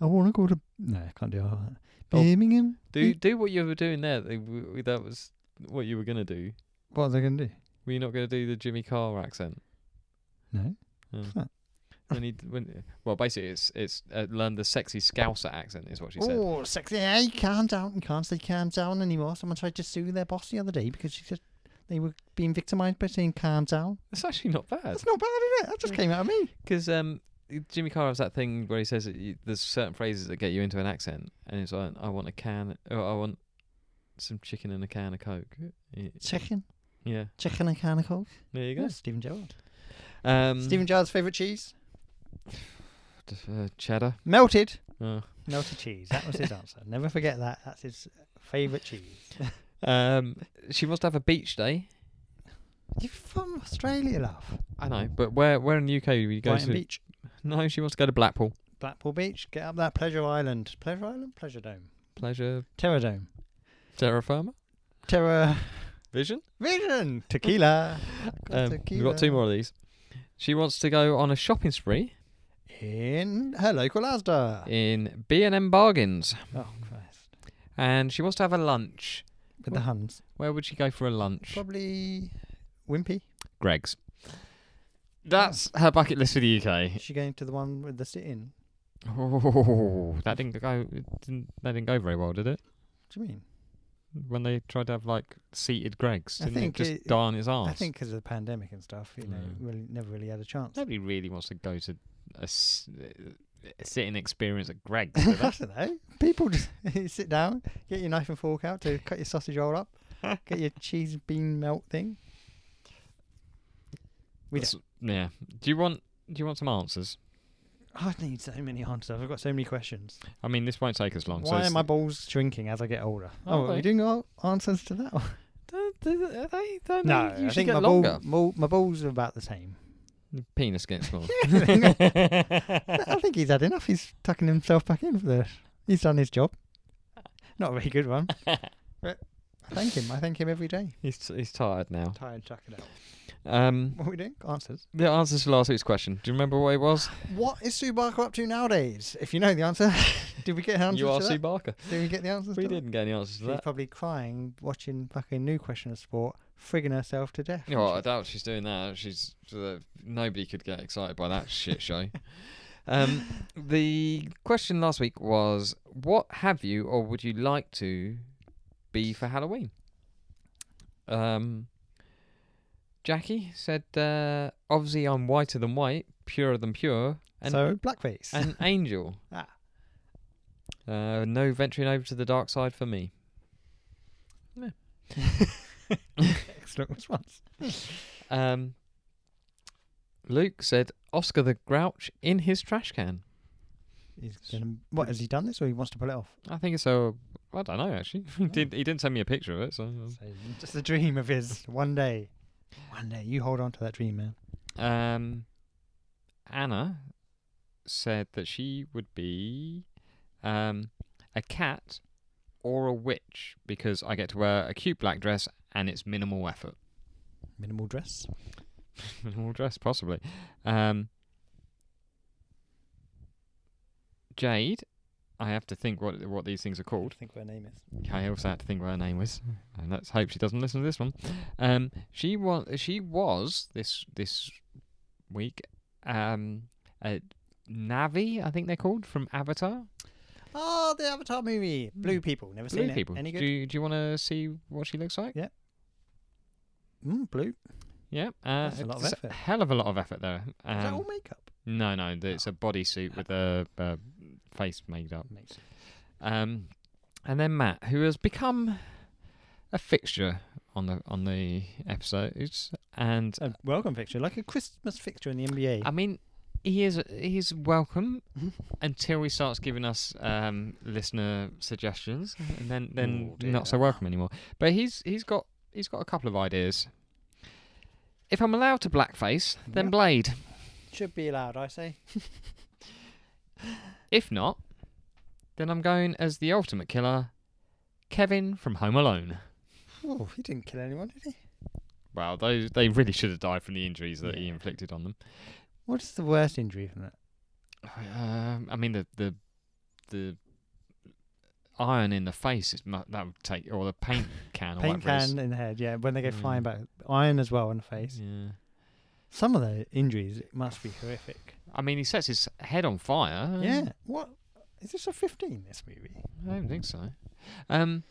I want to go to. No, I can't do all that.
Oh.
Birmingham?
do do what you were doing there. They w- w- That was what you were gonna do.
What was I going to do?
Were you not gonna do the Jimmy Carr accent?
No.
Yeah.
Huh.
When he, d- when, well, basically, it's it's uh, learn the sexy Scouser accent is what she said.
Oh, sexy. Hey, calm down. You can't say calm down anymore. Someone tried to sue their boss the other day because she said they were being victimized by saying calm down.
It's actually not bad
That's not bad, is it? That just came out of me.
because um, Jimmy Carr has that thing where he says that you, there's certain phrases that get you into an accent, and it's like I want a can, or I want some chicken and a can of coke. Y-
Chicken.
Yeah,
Chicken and can of Coke.
there you
Yeah,
go.
Stephen Gerrard.
Um,
Stephen Gerrard's favourite cheese?
d- uh, cheddar.
Melted.
Oh.
Melted cheese. That was his answer. Never forget that. That's his favourite cheese.
Um, she wants to have a beach day.
You're from Australia, love.
I know, but where where in the UK do we go
Brighton
to?
Beach.
No, she wants to go to Blackpool.
Blackpool Beach. Get up that Pleasure Island. Pleasure Island? Pleasure Dome.
Pleasure,
Terror Dome.
terra firma,
Terror
vision.
Vision. Tequila.
Um, we've got two more of these. She wants to go on a shopping spree
In her local Asda.
in B and M bargains,
Oh, Christ.
and she wants to have a lunch.
With the Huns.
Where would she go for a lunch?
Probably Wimpy.
Greg's. That's her bucket list for the UK.
Is she going to the one with the sit-in?
Oh, that didn't go. it Didn't, that didn't go very well, did it?
What do you mean?
When they tried to have like seated Greg's,
I
didn't it
think
just
it-
die on his arse?
I think because of the pandemic and stuff, you know,
Mm.
really never really had a chance.
nobody really wants to go to a, s- a sitting experience at Greg's. do
I
they?
don't know. People just you sit down, get your knife and fork out to cut your sausage roll up, get your cheese bean melt thing. We
That's- yeah. Do you want? Do you want some answers?
I need so many answers. I've got so many questions.
I mean, this won't take us long. so
Why
it's-
are my balls shrinking as I get older? Oh,
Okay.
are we doing all answers to that one?
Don't- don't- they- don't
No,
they usually
I think
get
my, ball,
longer.
ball- my balls are about the same.
Penis gets smaller.
I think he's had enough. He's tucking himself back in for the. He's done his job. Not a very good one. but I thank him. I thank him every day.
he's he's tired now.
Tired, chuck it out.
Um,
What are we doing? Answers.
The answers to last week's question. Do you remember what it was?
What is Sue Barker up to nowadays? If you know the answer, did we get an answer
you
to
are
that?
Sue Barker.
Did we get the answers?
We
to that?
didn't get any answers to
She's
that.
probably crying, watching fucking new question of sport, frigging herself to death.
Oh, I doubt she's doing that. She's uh, nobody could get excited by that shit show. Um, the question last week was, "What have you or would you like to be for Halloween?" Um, Jackie said, uh, "Obviously, I'm whiter than white, purer than pure, and
so blackface.
an angel."
Ah.
Uh, no venturing over to the dark side for me.
Excellent response.
Um, Luke said Oscar the Grouch in his trash can.
He's gonna, what has he done this, or he wants to pull it off?
I think it's a. I don't know actually. he, did, he didn't send me a picture of it, so.
Just a dream of his. One day, one day, you hold on to that dream, man.
Um, Anna said that she would be um, a cat or a witch because I get to wear a cute black dress and it's minimal effort.
Minimal dress.
minimal dress, possibly. Um, Jade, I have to think what what these things are called.
think her name is.
I also had to think what her name was, and let's hope she doesn't listen to this one. Um, she was she was this this week um, a Navi, I think they're called from Avatar.
Oh, the Avatar movie. Blue people. Never
Hmm. Blue
seen
people.
it. Any
Do
good?
you, do you want to see what she looks like?
Mm, blue.
Yeah, uh,
That's a lot of
it's
effort.
hell of a lot of effort there.
Is that
Um,
all makeup?
no, no, th- it's a bodysuit with a, a face made up.
Makes sense.
Um, and then Matt, who has become a fixture on the on the episodes, and
A welcome fixture, like a Christmas fixture in the NBA.
I mean, he is he's welcome until he starts giving us um, listener suggestions, and then then
Oh, dear.
not so welcome anymore. But he's he's got he's got a couple of ideas. If I'm allowed to blackface, then
Yep.
Blade.
Should be allowed, I say.
If not, then I'm going as the ultimate killer, Kevin from Home Alone.
Oh, he didn't kill anyone, did he?
Well, those they really should have died from the injuries that he
Yeah.
inflicted on them.
What is the worst injury from that?
Um, I mean the the the iron in the face is mu- that would take or the paint can or
Paint
whatever it is.
can in the head, yeah. When they go flying
Mm.
back, iron as well in the face.
Yeah.
Some of the injuries it must be horrific.
I mean, he sets his head on fire.
yeah. What is this a fifteen? This movie?
I don't think so. Um,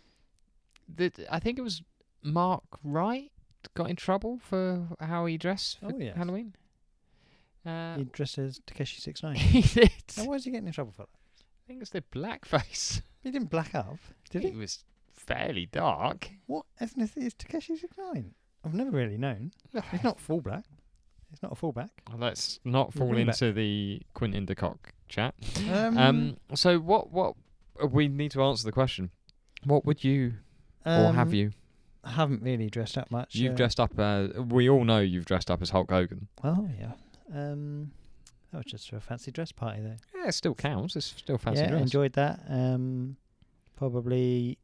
the, I think it was Mark Wright got in trouble for how he dressed for
Oh, yes.
Halloween. Uh,
he dresses Takeshi Six Nine.
he did.
Now, why is he getting in trouble for that?
I think it's the blackface.
He didn't black up, did
it
he?
was fairly dark.
What ethnicity is Takeshi Six Nine? I've never really known. He's not full black. He's not a fullback.
Well, let's not
We'll
fall
bring it back.
into the Quentin de Kock chat.
Um,
Um, so what? What uh, we need to answer the question. What would you, or have
um,
you?
I haven't really dressed up much.
You've
uh,
dressed up. Uh, we all know you've dressed up as Hulk Hogan.
Oh yeah. Um, that was just for a fancy dress party though.
Yeah, it still counts. It's still fancy
yeah,
dress.
enjoyed that. Um, probably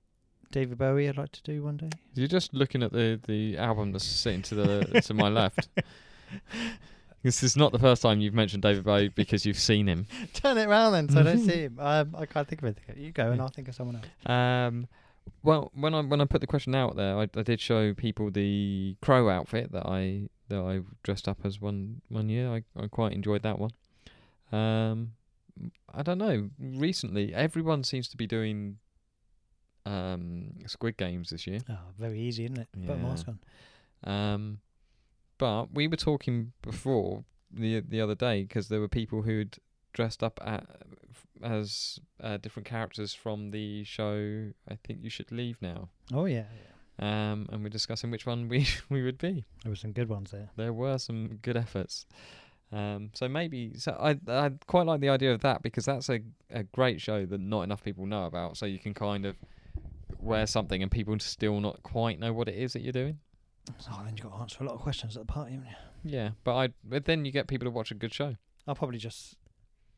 David Bowie. I'd like to do one day.
You're just looking at the, the album that's sitting to the to my left. This is not the first time you've mentioned David Bowie because you've seen him.
Turn it round then, so I don't see him. Um, I can't think of anything. You go, and I'll think of someone else.
Um, well, when I when I put the question out there, I, I did show people the crow outfit that I that I dressed up as one one year. I, I quite enjoyed that one. Um, I don't know. Recently, everyone seems to be doing um, Squid Games this year.
Oh, very easy, isn't it? Put a
Yeah.
mask on.
Um, but we were talking before the the other day because there were people who'd dressed up at, as uh, different characters from the show. I think you should leave now.
Oh yeah,
um, and we're discussing which one we we would be.
there were some good ones there.
There were some good efforts, um, so maybe so I I quite like the idea of that because that's a a great show that not enough people know about. So you can kind of wear something and people still not quite know what it is that you're doing.
Oh, then you got to answer a lot of questions at the party. haven't you?
Yeah, but I but then you get people to watch a good show.
I'll probably just.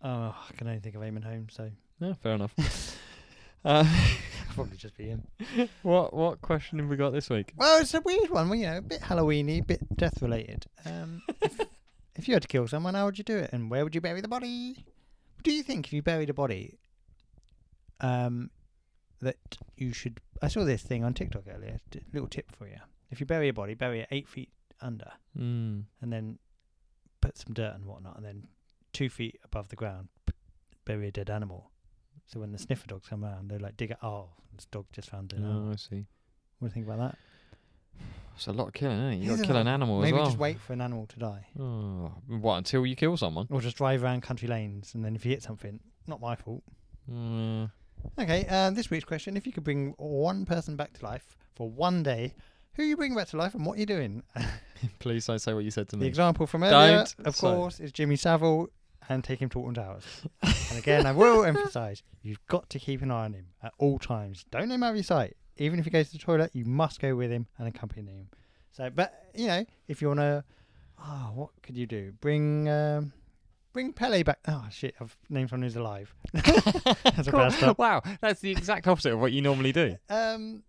Oh, I can only think of Eamon Holmes, so
Yeah, fair enough. uh,
I'll probably just be him.
what what question have we got this week?
Well, it's a weird one. well, You know, a bit Halloweeny, a bit death related. Um, if, if you had to kill someone, how would you do it, and where would you bury the body? Do you think if you buried a body, um, that you should? I saw this thing on TikTok earlier. t- Little tip for you: if you bury a body, bury it eight feet under,
Mm.
and then put some dirt and whatnot, and then two feet above the ground, p- bury a dead animal. So when the sniffer dogs come around, they're like, "Dig it! Oh, this dog just found it."
Oh,
What
I see.
do you think about that?
It's a lot of killing, isn't it? You
It
got
is
to
a
kill
lot.
an animal as
Maybe
well.
just wait for an animal to die.
Oh, what until you kill someone?
Or just drive around country lanes and then if you hit something, not my fault.
Mm,
Okay, uh, this week's question if you could bring one person back to life for one day, Who are you bringing back to life and what are you doing?
Please don't say what you said to
The
me.
example from
Don't
earlier, of
say.
course, is Jimmy Savile and take him to Alton Towers. and again, I will emphasise, you've got to keep an eye on him at all times. Don't let him out of your sight. Even if he goes to the toilet, you must go with him and accompany him. So, but you know, if you want to, oh, what could you do? Bring, um, bring Pele back. Oh shit, I've named someone who's alive. That's a
Cool.
bad start.
Wow, that's the exact opposite of what you normally do.
Um,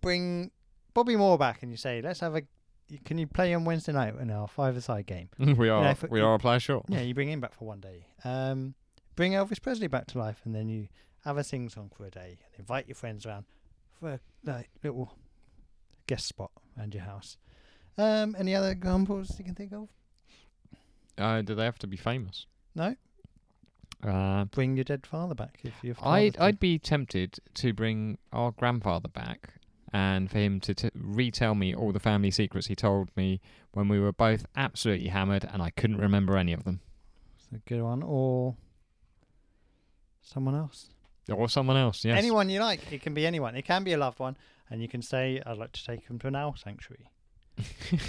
bring Bobby Moore back, and you say, let's have a. Can you play on Wednesday night in our five-a-side game?
we are
if-
we are a player short.
Yeah, you bring him back for one day. Um, bring Elvis Presley back to life, and then you have a sing song for a day, and invite your friends around for a like, little guest spot around your house. Um, any other examples you can think of?
Uh, do they have to be famous?
No.
Uh,
Bring your dead father back if you've.
I'd I'd be tempted to bring our grandfather back and for him to t- retell me all the family secrets he told me when we were both absolutely hammered and I couldn't remember any of them.
That's a good one, or someone else.
Or someone else, yes.
Anyone you like. It can be anyone. It can be a loved one, and you can say, "I'd like to take him to an owl sanctuary."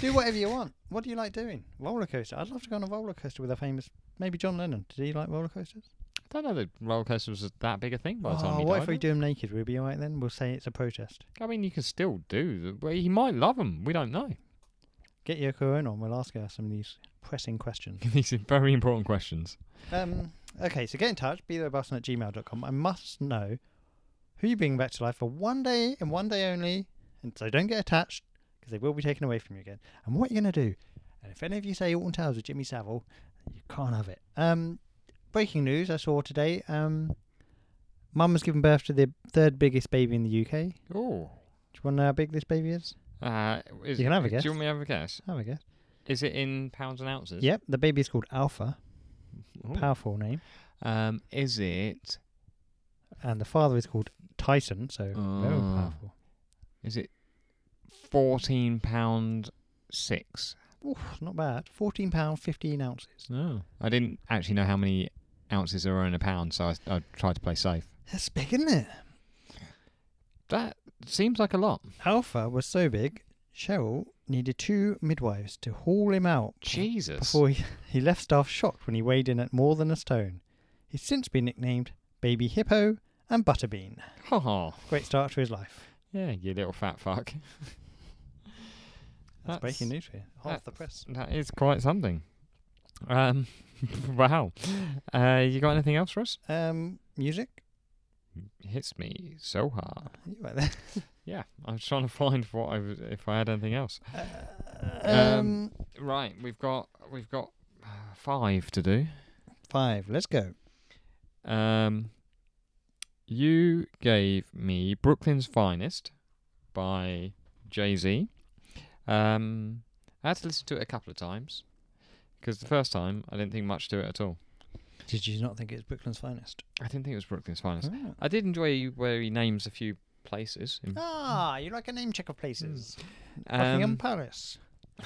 do whatever you want. What do you like doing? Roller coaster. I'd love to go on a roller coaster with a famous, maybe John Lennon. Did he like roller coasters?
I don't know that roller coasters was that big a thing by the time
Oh,
he
what
died.
if we do him naked? We'll be alright then. We'll say it's a protest.
I mean, you can still do. the- Well, he might love them. We don't know.
Get Yoko Ono on. We'll ask her some of these pressing questions.
These are very important questions.
um, okay, so get in touch. Be there at gmail.com. I must know who you bring back to life for one day and one day only. And so don't get attached because they will be taken away from you again. And what you're going to do. And if any of you say Alton Towers with Jimmy Savile, you can't have it. Um, breaking news I saw today. Um, Mum has given birth to the third biggest baby in the UK. Do
Oh.
you want to know how big this baby is?
Uh, is,
You can have a guess.
Do you want me to have a guess?
Have a guess.
Is it in pounds and ounces?
Yep, the baby is called Alpha.
Ooh.
Powerful name.
Um, is it?
And the father is called Tyson, so very
Ah.
powerful.
Is it fourteen pound six?
Oof, not bad. Fourteen pound fifteen ounces.
No, I didn't actually know how many ounces there are in a pound, so I, I tried to play safe.
That's big, isn't it?
That seems like a lot.
Alpha was so big, Cheryl needed two midwives to haul him out bef-
Jesus.
before he, he left staff shocked when he weighed in at more than a stone. He's since been nicknamed Baby Hippo and Butterbean.
Oh,
Great start to his life.
yeah, you little fat fuck.
That's, breaking news here. Half the press.
That is quite something. Um, wow. Uh, you got anything else for us?
Um, music.
Hits me so hard.
You right there.
Yeah, I was trying to find what I was, if I had anything else.
um,
Um, Right, we've got we've got uh, five to do.
five. Let's go.
Um, you gave me Brooklyn's Finest by Jay Z. Um, I had to listen to it a couple of times because the first time I didn't think much to it at all.
Did you not think it was Brooklyn's finest?
I didn't think it was Brooklyn's Finest.
Ah.
I did enjoy where he names a few places. In,
Ah, you like a name check of places. Buckingham
Um,
Palace.
uh,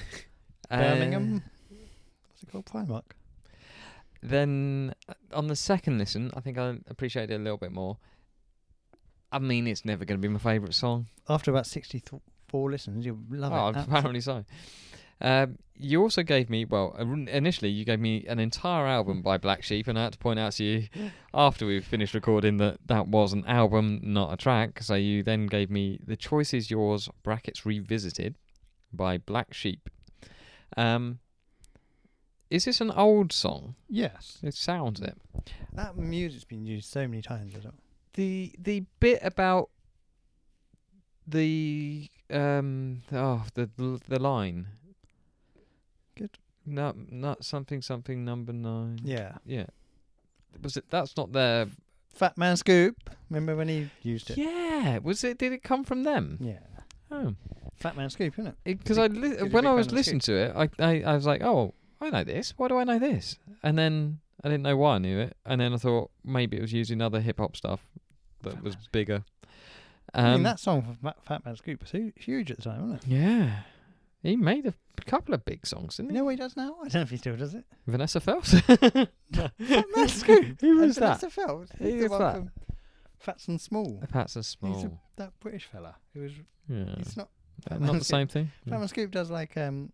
Birmingham. What's it called? Primark.
then uh, on the second listen, I think I appreciated it a little bit more. I mean, it's never going to be my favourite song.
After about 64 listens, you'll love
oh,
it. Absolute-
apparently so. Um, you also gave me, well, orin- initially you gave me an entire album by Black Sheep, and I had to point out to you after we finished recording that that was an album, not a track. So you then gave me The Choice Is Yours, brackets revisited by Black Sheep. Um, is this an old song?
Yes.
It sounds it.
That music's been used so many times. As well.
the the bit about the um oh the the line.
Good.
No, not something something number nine.
Yeah.
Yeah. Was it? That's not their.
Fat Man Scoop. Remember when he used it?
Yeah. Was it? Did it come from them?
Yeah.
Oh.
Fat Man Scoop, isn't it?
Because
Big-
I
he's a
li-
big
when I
fan
was
of the
listening to it, I, I I was like, oh, I know this. Why do I know this? And then I didn't know why I knew it. And then I thought maybe it was using other hip hop stuff that
Fat
was
Man's-
bigger.
I
Um,
mean, that song from Fat- Fat Man Scoop was hu- huge at the time, wasn't it?
Yeah. He made a couple of big songs, didn't
You
he?
know what he does now? I don't know if he still does it.
Vanessa Phelps.
Fat Man Scoop.
Who
And
was that?
Vanessa Feltz.
Who
He's the
is
one
that?
from Fats and Small.
That's a
He's a-
small.
that British fella who was
Yeah.
He's not.
Not the same thing.
Flam and Scoop does like um,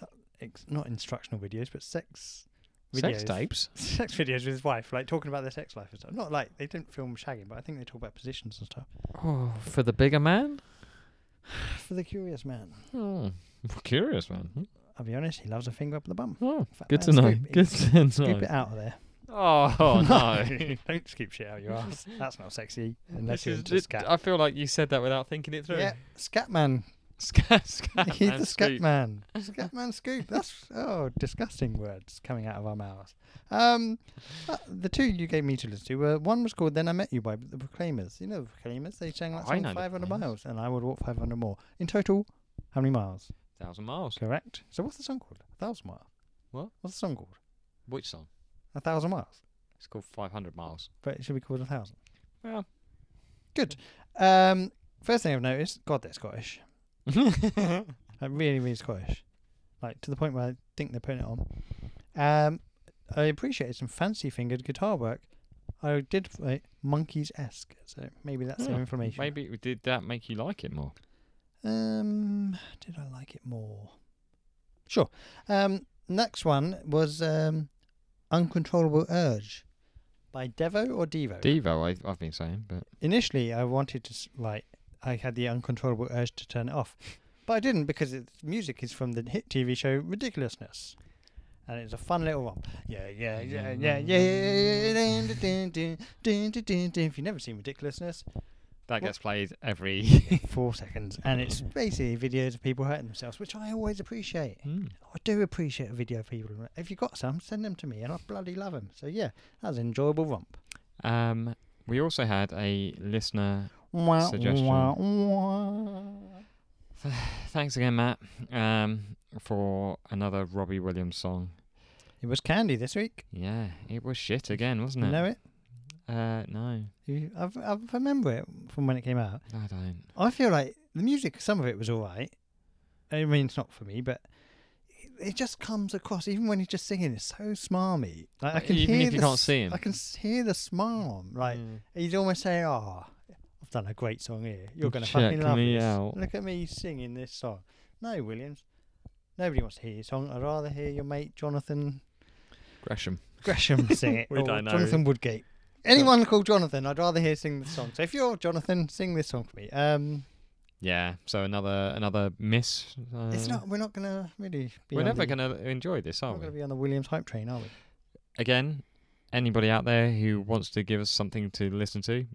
not, ex- not instructional videos, but sex videos.
Sex tapes.
Sex videos with his wife, like talking about their sex life and stuff. Not like they didn't film shagging, but I think they talk about positions and stuff.
Oh, for the bigger man.
For the curious man,
Oh, curious man.
I'll be honest, he loves a finger up the bum.
Oh,
Fat
good to
man
know.
Uh, scoop.
Good to
Scoop
know.
it out of there.
Oh no.
Don't scoop shit out of your ass. That's not sexy unless
This
you're
is-
into
this-
scat.
I feel like you said that without thinking it through.
yeah, scat man.
Scat, scat,
He's
man,
the scat
scoop.
man. Scat man scoop. That's oh, disgusting words coming out of our mouths. Um, uh, the two you gave me to listen to were one was called "Then I Met You" by the Proclaimers. You know the Proclaimers. They sang that
I know
song
The
500
Proclaimers.
miles, and I would walk 500 more. In total, how many miles?
Thousand miles.
Correct. So what's the song called? A thousand miles.
What?
What's the song called?
Which song?
A thousand miles.
It's called 500 Miles.
But it should be called a thousand.
Well.
Good. Um, first thing I've noticed, God, they're Scottish. Like really, really Scottish. Like to the point where I think they're putting it on. Um, I appreciated some fancy fingered guitar work. I did play monkeys esque, so maybe that's some
Yeah,
information.
Hmm. Maybe it- did that make you like it more?
Um, did I like it more? Sure. Um, next one was um, uncontrollable urge by Devo or Devo.
Devo, I, I've been saying, but
Initially, I wanted to s- like I had the uncontrollable urge to turn it off, but I didn't because its music is from the hit TV show Ridiculousness, and it's a fun little romp. Yeah, yeah, yeah, yeah, yeah. yeah, dun, dun, dun, dun, dun, dun, dun, dun. If you've never seen Ridiculousness,
that
What?
gets played every.
four seconds, and it's
Mm-hmm.
basically videos of people hurting themselves, which I always appreciate.
Mm.
I do appreciate a video of people. If you got some, send them to me, and I bloody love them. So yeah, that was an enjoyable romp.
Um, we also had a listener.
Wah,
Suggestion.
wah, wah.
Thanks again, Matt, um, for another Robbie Williams song.
It was Candy this week.
Yeah, it was shit again, wasn't
You
it?
know it?
Uh, no,
You- I've, I remember it from when it came out.
I don't.
I feel like the music, some of it was all right. I mean, it's not for me, but it, it just comes across, even when he's just singing, it's so smarmy. Like, I
Like,
can
even
hear
if you
the
can't
s-
see him.
I can s- hear the smarm. Like,
Mm.
he's almost saying, oh, I've done a great song here. You're going to
Check
fucking love
me
this.
out."
Look at me singing this song. No, Williams. Nobody wants to hear your song. I'd rather hear your mate, Jonathan
Gresham.
Gresham sing it.
We
or
don't know.
Jonathan Woodgate. Anyone called Jonathan, I'd rather hear sing this song. So if you're Jonathan, sing this song for me. Um,
Yeah, so another another miss. Uh,
it's not. We're not gonna really. Be
We're
on
never
the,
gonna enjoy this,
we're
are
not
we?
gonna be on the Williams hype train, are we?
Again, anybody out there who wants to give us something to listen to,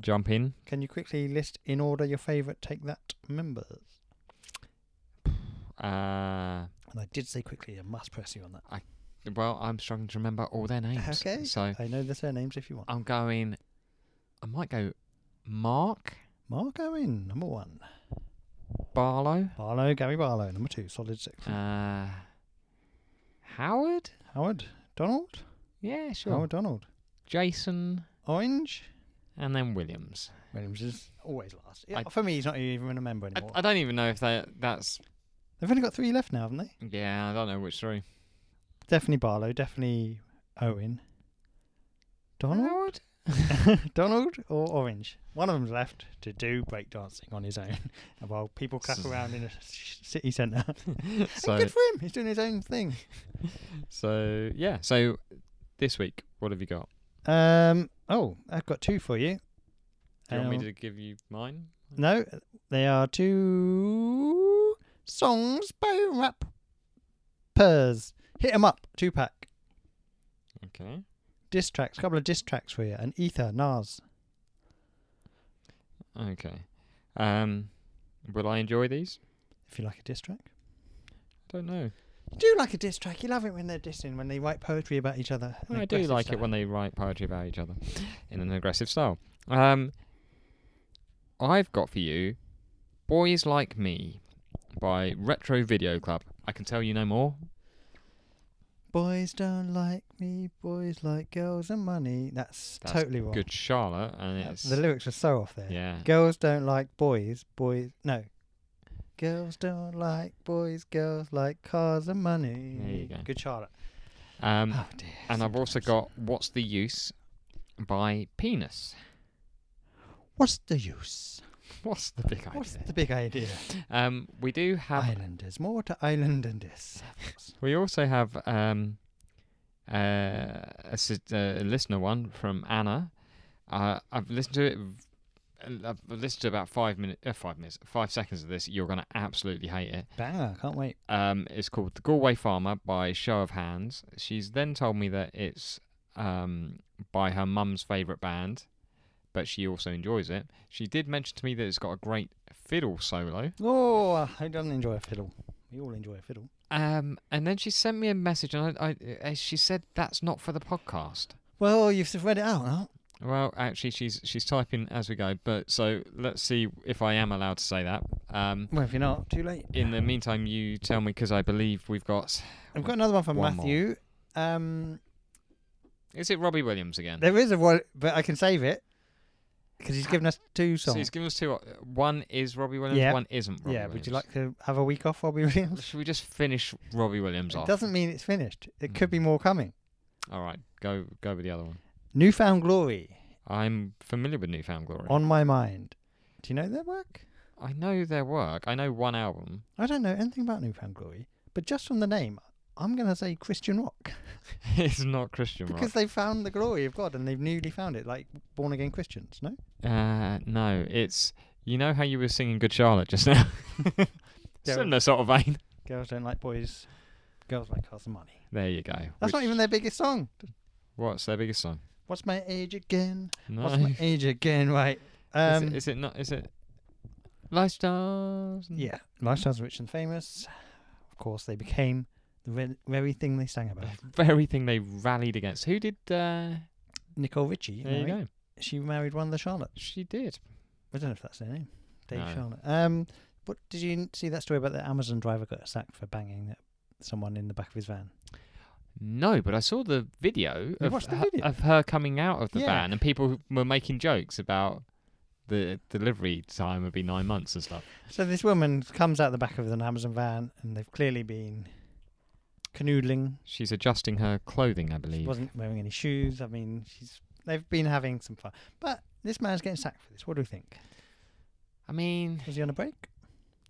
jump in.
Can you quickly list in order your favourite Take That members?
Uh,
And I did say quickly. I must press you on that.
well, I'm struggling to remember all their names.
Okay.
So
I know the surnames if you want.
I'm going. I might go Mark
Mark Owen, number one.
Barlow,
Barlow, Gary Barlow, number two. Solid six.
uh, Howard.
Howard, Donald,
Yeah, sure.
Howard Donald,
Jason,
Orange.
and then Williams.
Williams is always last. Yeah,
I-
for me, he's not even a member
I,
anymore.
I don't even know if that that's.
They've only got three left now, haven't they?
Yeah, I don't know which three.
Definitely Barlow, definitely Owen. Donald?
Howard.
Donald or Orange? One of them's left to do breakdancing on his own and while people clap
S-
around in a s- city centre.
So
Good for him, he's doing his own thing.
So yeah, so this week, what have you got?
Um, oh, I've got two for you.
Do you want
Um,
me to give you mine?
No, they are two songs by rappers. Hit 'em up, two pack.
Okay.
Diss tracks, couple of diss tracks for you. And Ether, Nas.
Okay. Um, will I enjoy these?
If you like a diss track.
Don't know.
do like a diss track. You love it when they're dissing, when they write poetry about each other. in
I do
aggressive
like it
style.
when they write poetry about each other in an aggressive style. Um, I've got for you Boys Like Me by Retro Video Club. I can tell you no more.
boys don't like me, boys like girls and money. That's,
That's
totally wrong.
Good Charlotte. And
That-
it's.
The lyrics are so off there.
yeah.
Girls don't like boys, boys no. Girls don't like boys, girls like cars and money.
There you go.
Good Charlotte.
Um,
oh dear.
and I've also
sometimes.
got What's the Use by Penis.
What's the use?
What's the big idea?
What's the big idea?
Um, we do have.
Islanders, more to Island and this.
We also have um, uh, a, s- uh, a listener one from Anna. Uh, I've listened to it. v- I've listened to about five minutes, uh, five minutes, five seconds of this. You're going to absolutely hate it.
Banger, can't wait.
Um, it's called The Galway Farmer by Show of Hands. She's then told me that it's um, by her mum's favourite band, but she also enjoys it. She did mention to me that it's got a great fiddle solo.
Oh, who doesn't enjoy a fiddle? We all enjoy a fiddle.
Um, and then she sent me a message, and I, I, uh, she said that's not for the podcast.
Well, you've just read it out, huh?
Well, actually, she's she's typing as we go, but so let's see if I am allowed to say that. Um,
Well, if you're not, too late.
in the meantime, you tell me because I believe we've got.
I've got another one from
One more.
Matthew. Um,
Is it Robbie Williams again?
there is a one, but I can save it because he's given us two
So
songs.
he's given us two. op- One is Robbie Williams.
Yeah.
One isn't. Robbie
yeah,
Williams.
would you like to have a week off, Robbie Williams?
Should we just finish Robbie Williams
It
off?
doesn't mean it's finished. It could
Mm.
be more coming.
All right, go go with the other one.
Newfound Glory
I'm familiar with Newfound Glory.
on my mind. Do you know their work?
I know their work. I know one album.
I don't know anything about Newfound Glory, but just from the name, I'm going to say Christian rock
it's not Christian rock.
because they found the glory of God and they've newly found it, like born again Christians. No,
Uh, no, it's you know how you were singing Good Charlotte just now.
Yeah.
Similar sort of vein.
girls don't like boys. Girls like cars and money.
There you go.
That's not
Which-
even their biggest song.
What's their biggest song?
What's my age again?
No.
What's my age again? Right.
Is
Um,
it- is it not? Is it? Lifestyles. and-
yeah, Lifestyles of Rich and Famous. Of course, they became the re- very thing they sang about.
Very thing they rallied against. Who did? Uh,
Nicole Richie.
there you
married-
go.
She married one of the Charlotte.
She did.
I don't know if that's their name. Dave
No.
Charlotte. Um, but did you n- see that story about the Amazon driver got sacked for banging someone in the back of his van?
No, but I saw the video, of,
watched the
her,
video?
of her coming out of the
Yeah.
van, and people who were making jokes about the delivery time would be nine months and stuff.
So this woman comes out the back of an Amazon van, and they've clearly been canoodling.
She's adjusting her clothing, I
She
believe.
wasn't wearing any shoes. I mean, she's they've been having some fun. But this man's getting sacked for this. What do we think?
I mean,
Was he on a break?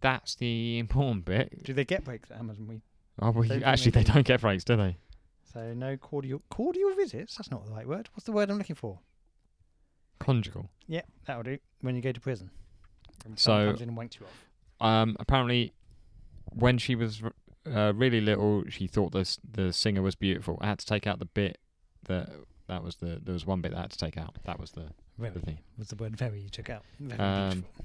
that's the important bit.
Do they get breaks at Amazon? We
Oh, well,
Don't
you,
think
actually,
they
they
do.
don't get breaks, do they?
so no cordial cordial visits. That's not the right word. What's the word I'm looking for?
Conjugal.
Yep, that'll do. When you go to prison, Someone
So-
comes in and wanks you off.
Um, apparently, when she was r- uh, really little, she thought this the singer was beautiful. I had to take out the bit that that was the there was one bit that I had to take out. That was the, the
Very
thing.
was the word very you took out. Very
Um,
beautiful.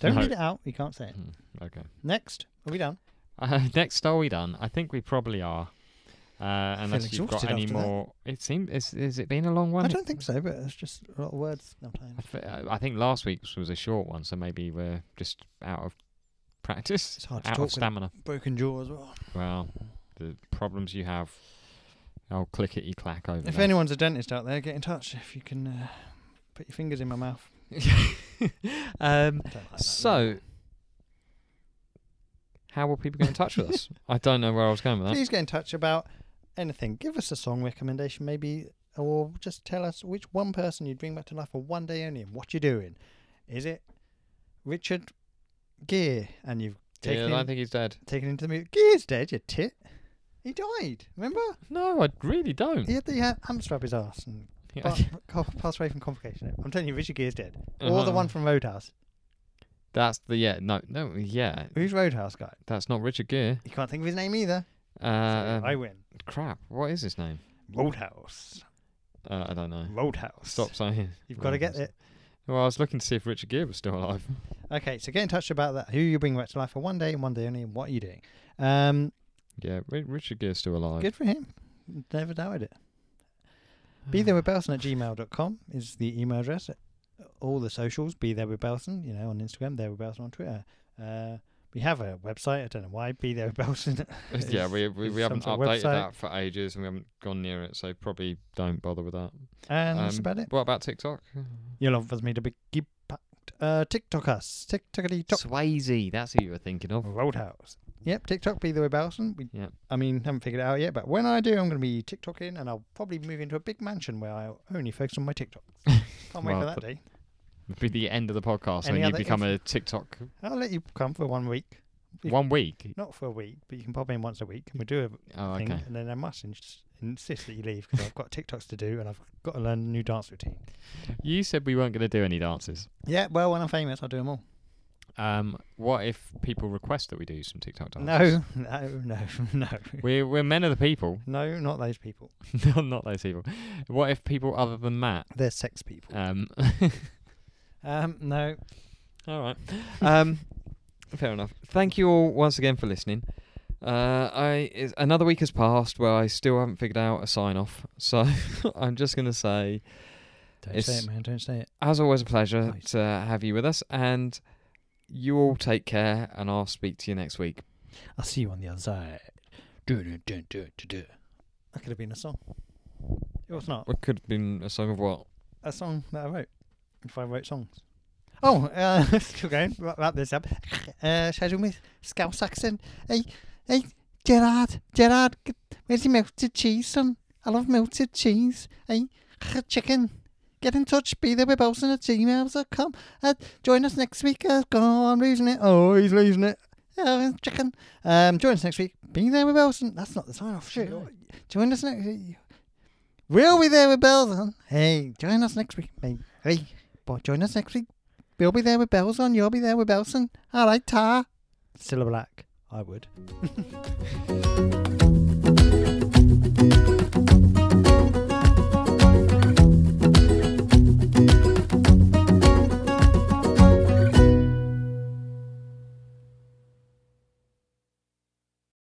Don't
No.
read it out. You can't say it.
Mm, Okay.
Next, are we done?
Uh, next, are we done? I think we probably are. Uh, unless you've got
exhausted
any
after that.
more, it seems. Is, is it been a long one?
I don't think so, but it's just a lot of words
I
sometimes.
thi- I think last week's was a short one, so maybe we're just out of practice,
It's hard to
out
talk
of Oh.
with-
stamina.
Broken jaw as well.
Well, the problems you have, I'll clickety clack over.
If
that.
anyone's a dentist out there, get in touch if you can uh, put your fingers in my mouth.
um,
I don't like that.
so, how will people get in touch with us? I don't know where I was going with that.
please get in touch about anything. Give us a song recommendation, maybe, or just tell us which one person you'd bring back to life for one day only and what you're doing. Is it Richard Gear and you've
yeah,
taken
I
him
don't think he's dead.
taken into the movie. Gear's dead, you tit. He died. Remember?
No, I really don't.
He had the ha- hamster up his ass and
Yeah,
pa- co- passed away from complication. I'm telling you, Richard Gear's dead. Or the
Uh-huh.
one from Roadhouse.
That's the yeah. No, no, yeah.
Who's Roadhouse guy?
That's not Richard Gere.
You can't think of his name either.
Uh,
So
um,
I win.
crap. What is his name?
Roadhouse.
Uh, I don't know.
Roadhouse.
Stop saying.
You've got to get
Roadhouse.
it.
Well, I was looking to see if Richard Gere was still alive.
Okay, so get in touch about that. Who you bring back to life for one day and one day only, and what are you doing? Um,
Yeah, Ri- Richard Gere's still alive.
good for him. Never doubted it. Be there with Belson at gmail.com is the email address. All the socials, be there with Belson, you know, on Instagram, there with Belson on Twitter. Uh, we have a website, I don't know why, be there with Belson.
yeah,
is-
we we,
is some
we haven't
sort of
updated
website.
that for ages, and we haven't gone near it, so probably don't bother with that.
And that's
Um,
about it.
What about TikTok?
You'll offer me to be keep packed. Uh, TikTok us. TikTok TikTok.
Swayze, that's who you were thinking of.
Roadhouse. Yep, TikTok, be the way Belson. We,
Yeah.
I mean, haven't figured it out yet, but when I do, I'm going to be TikToking and I'll probably move into a big mansion where I only focus on my TikToks. Can't wait
Well,
for that
put-
day.
would be the end of the podcast,
Any
and you
other
become a TikTok
I'll let you come for one week. You-
one week.
Not for a week, but you can pop in once a week and we do a
Oh,
thing.
okay.
And then I must ins- insist that you leave because I've got TikToks to do and I've got to learn a new dance routine.
You said we weren't going to do any dances.
Yeah, well, when I'm famous, I'll do them all.
Um, what if people request that we do some TikTok dances?
No, no, no, no.
We're, we're men of the people.
No, not those people.
No, not those people. What if people other than that?
They're sex people.
Um,
Um, no.
all right. Um, fair enough. Thank you all once again for listening. Uh, I is, another week has passed where I still haven't figured out a sign off, so I'm just gonna say,
Don't say
It's-
it, man. Don't say it.
as always, a pleasure
Nice.
to have you with us, and you all take care, and I'll speak to you next week.
I'll see you on the other side. Do, do, do, do, do, do. That could have been a song. It was not.
What could have been a song of what?
A song that I wrote. If I wrote songs. Oh, uh, let's keep going. Wrap wrap this up. Uh, schedule with Scouse Saxon. Hey, hey, Gerard, Gerard, g- where's your melted cheese, son? I love melted cheese. Hey, chicken. Get in touch, be there with Bolson at gmail.com. Uh, join us next week. Uh, go on, I'm losing it. Oh, he's losing it. Oh, chicken. Um, join us next week. Be there with Bolson. That's not the sign off. Shit.
No.
Join us next week. We'll be there with bells on. Hey, join us next week, mate. Hey, boy, join us next week. We'll be there with bells on. You'll be there with bells on. All right, ta. Still a black. I would.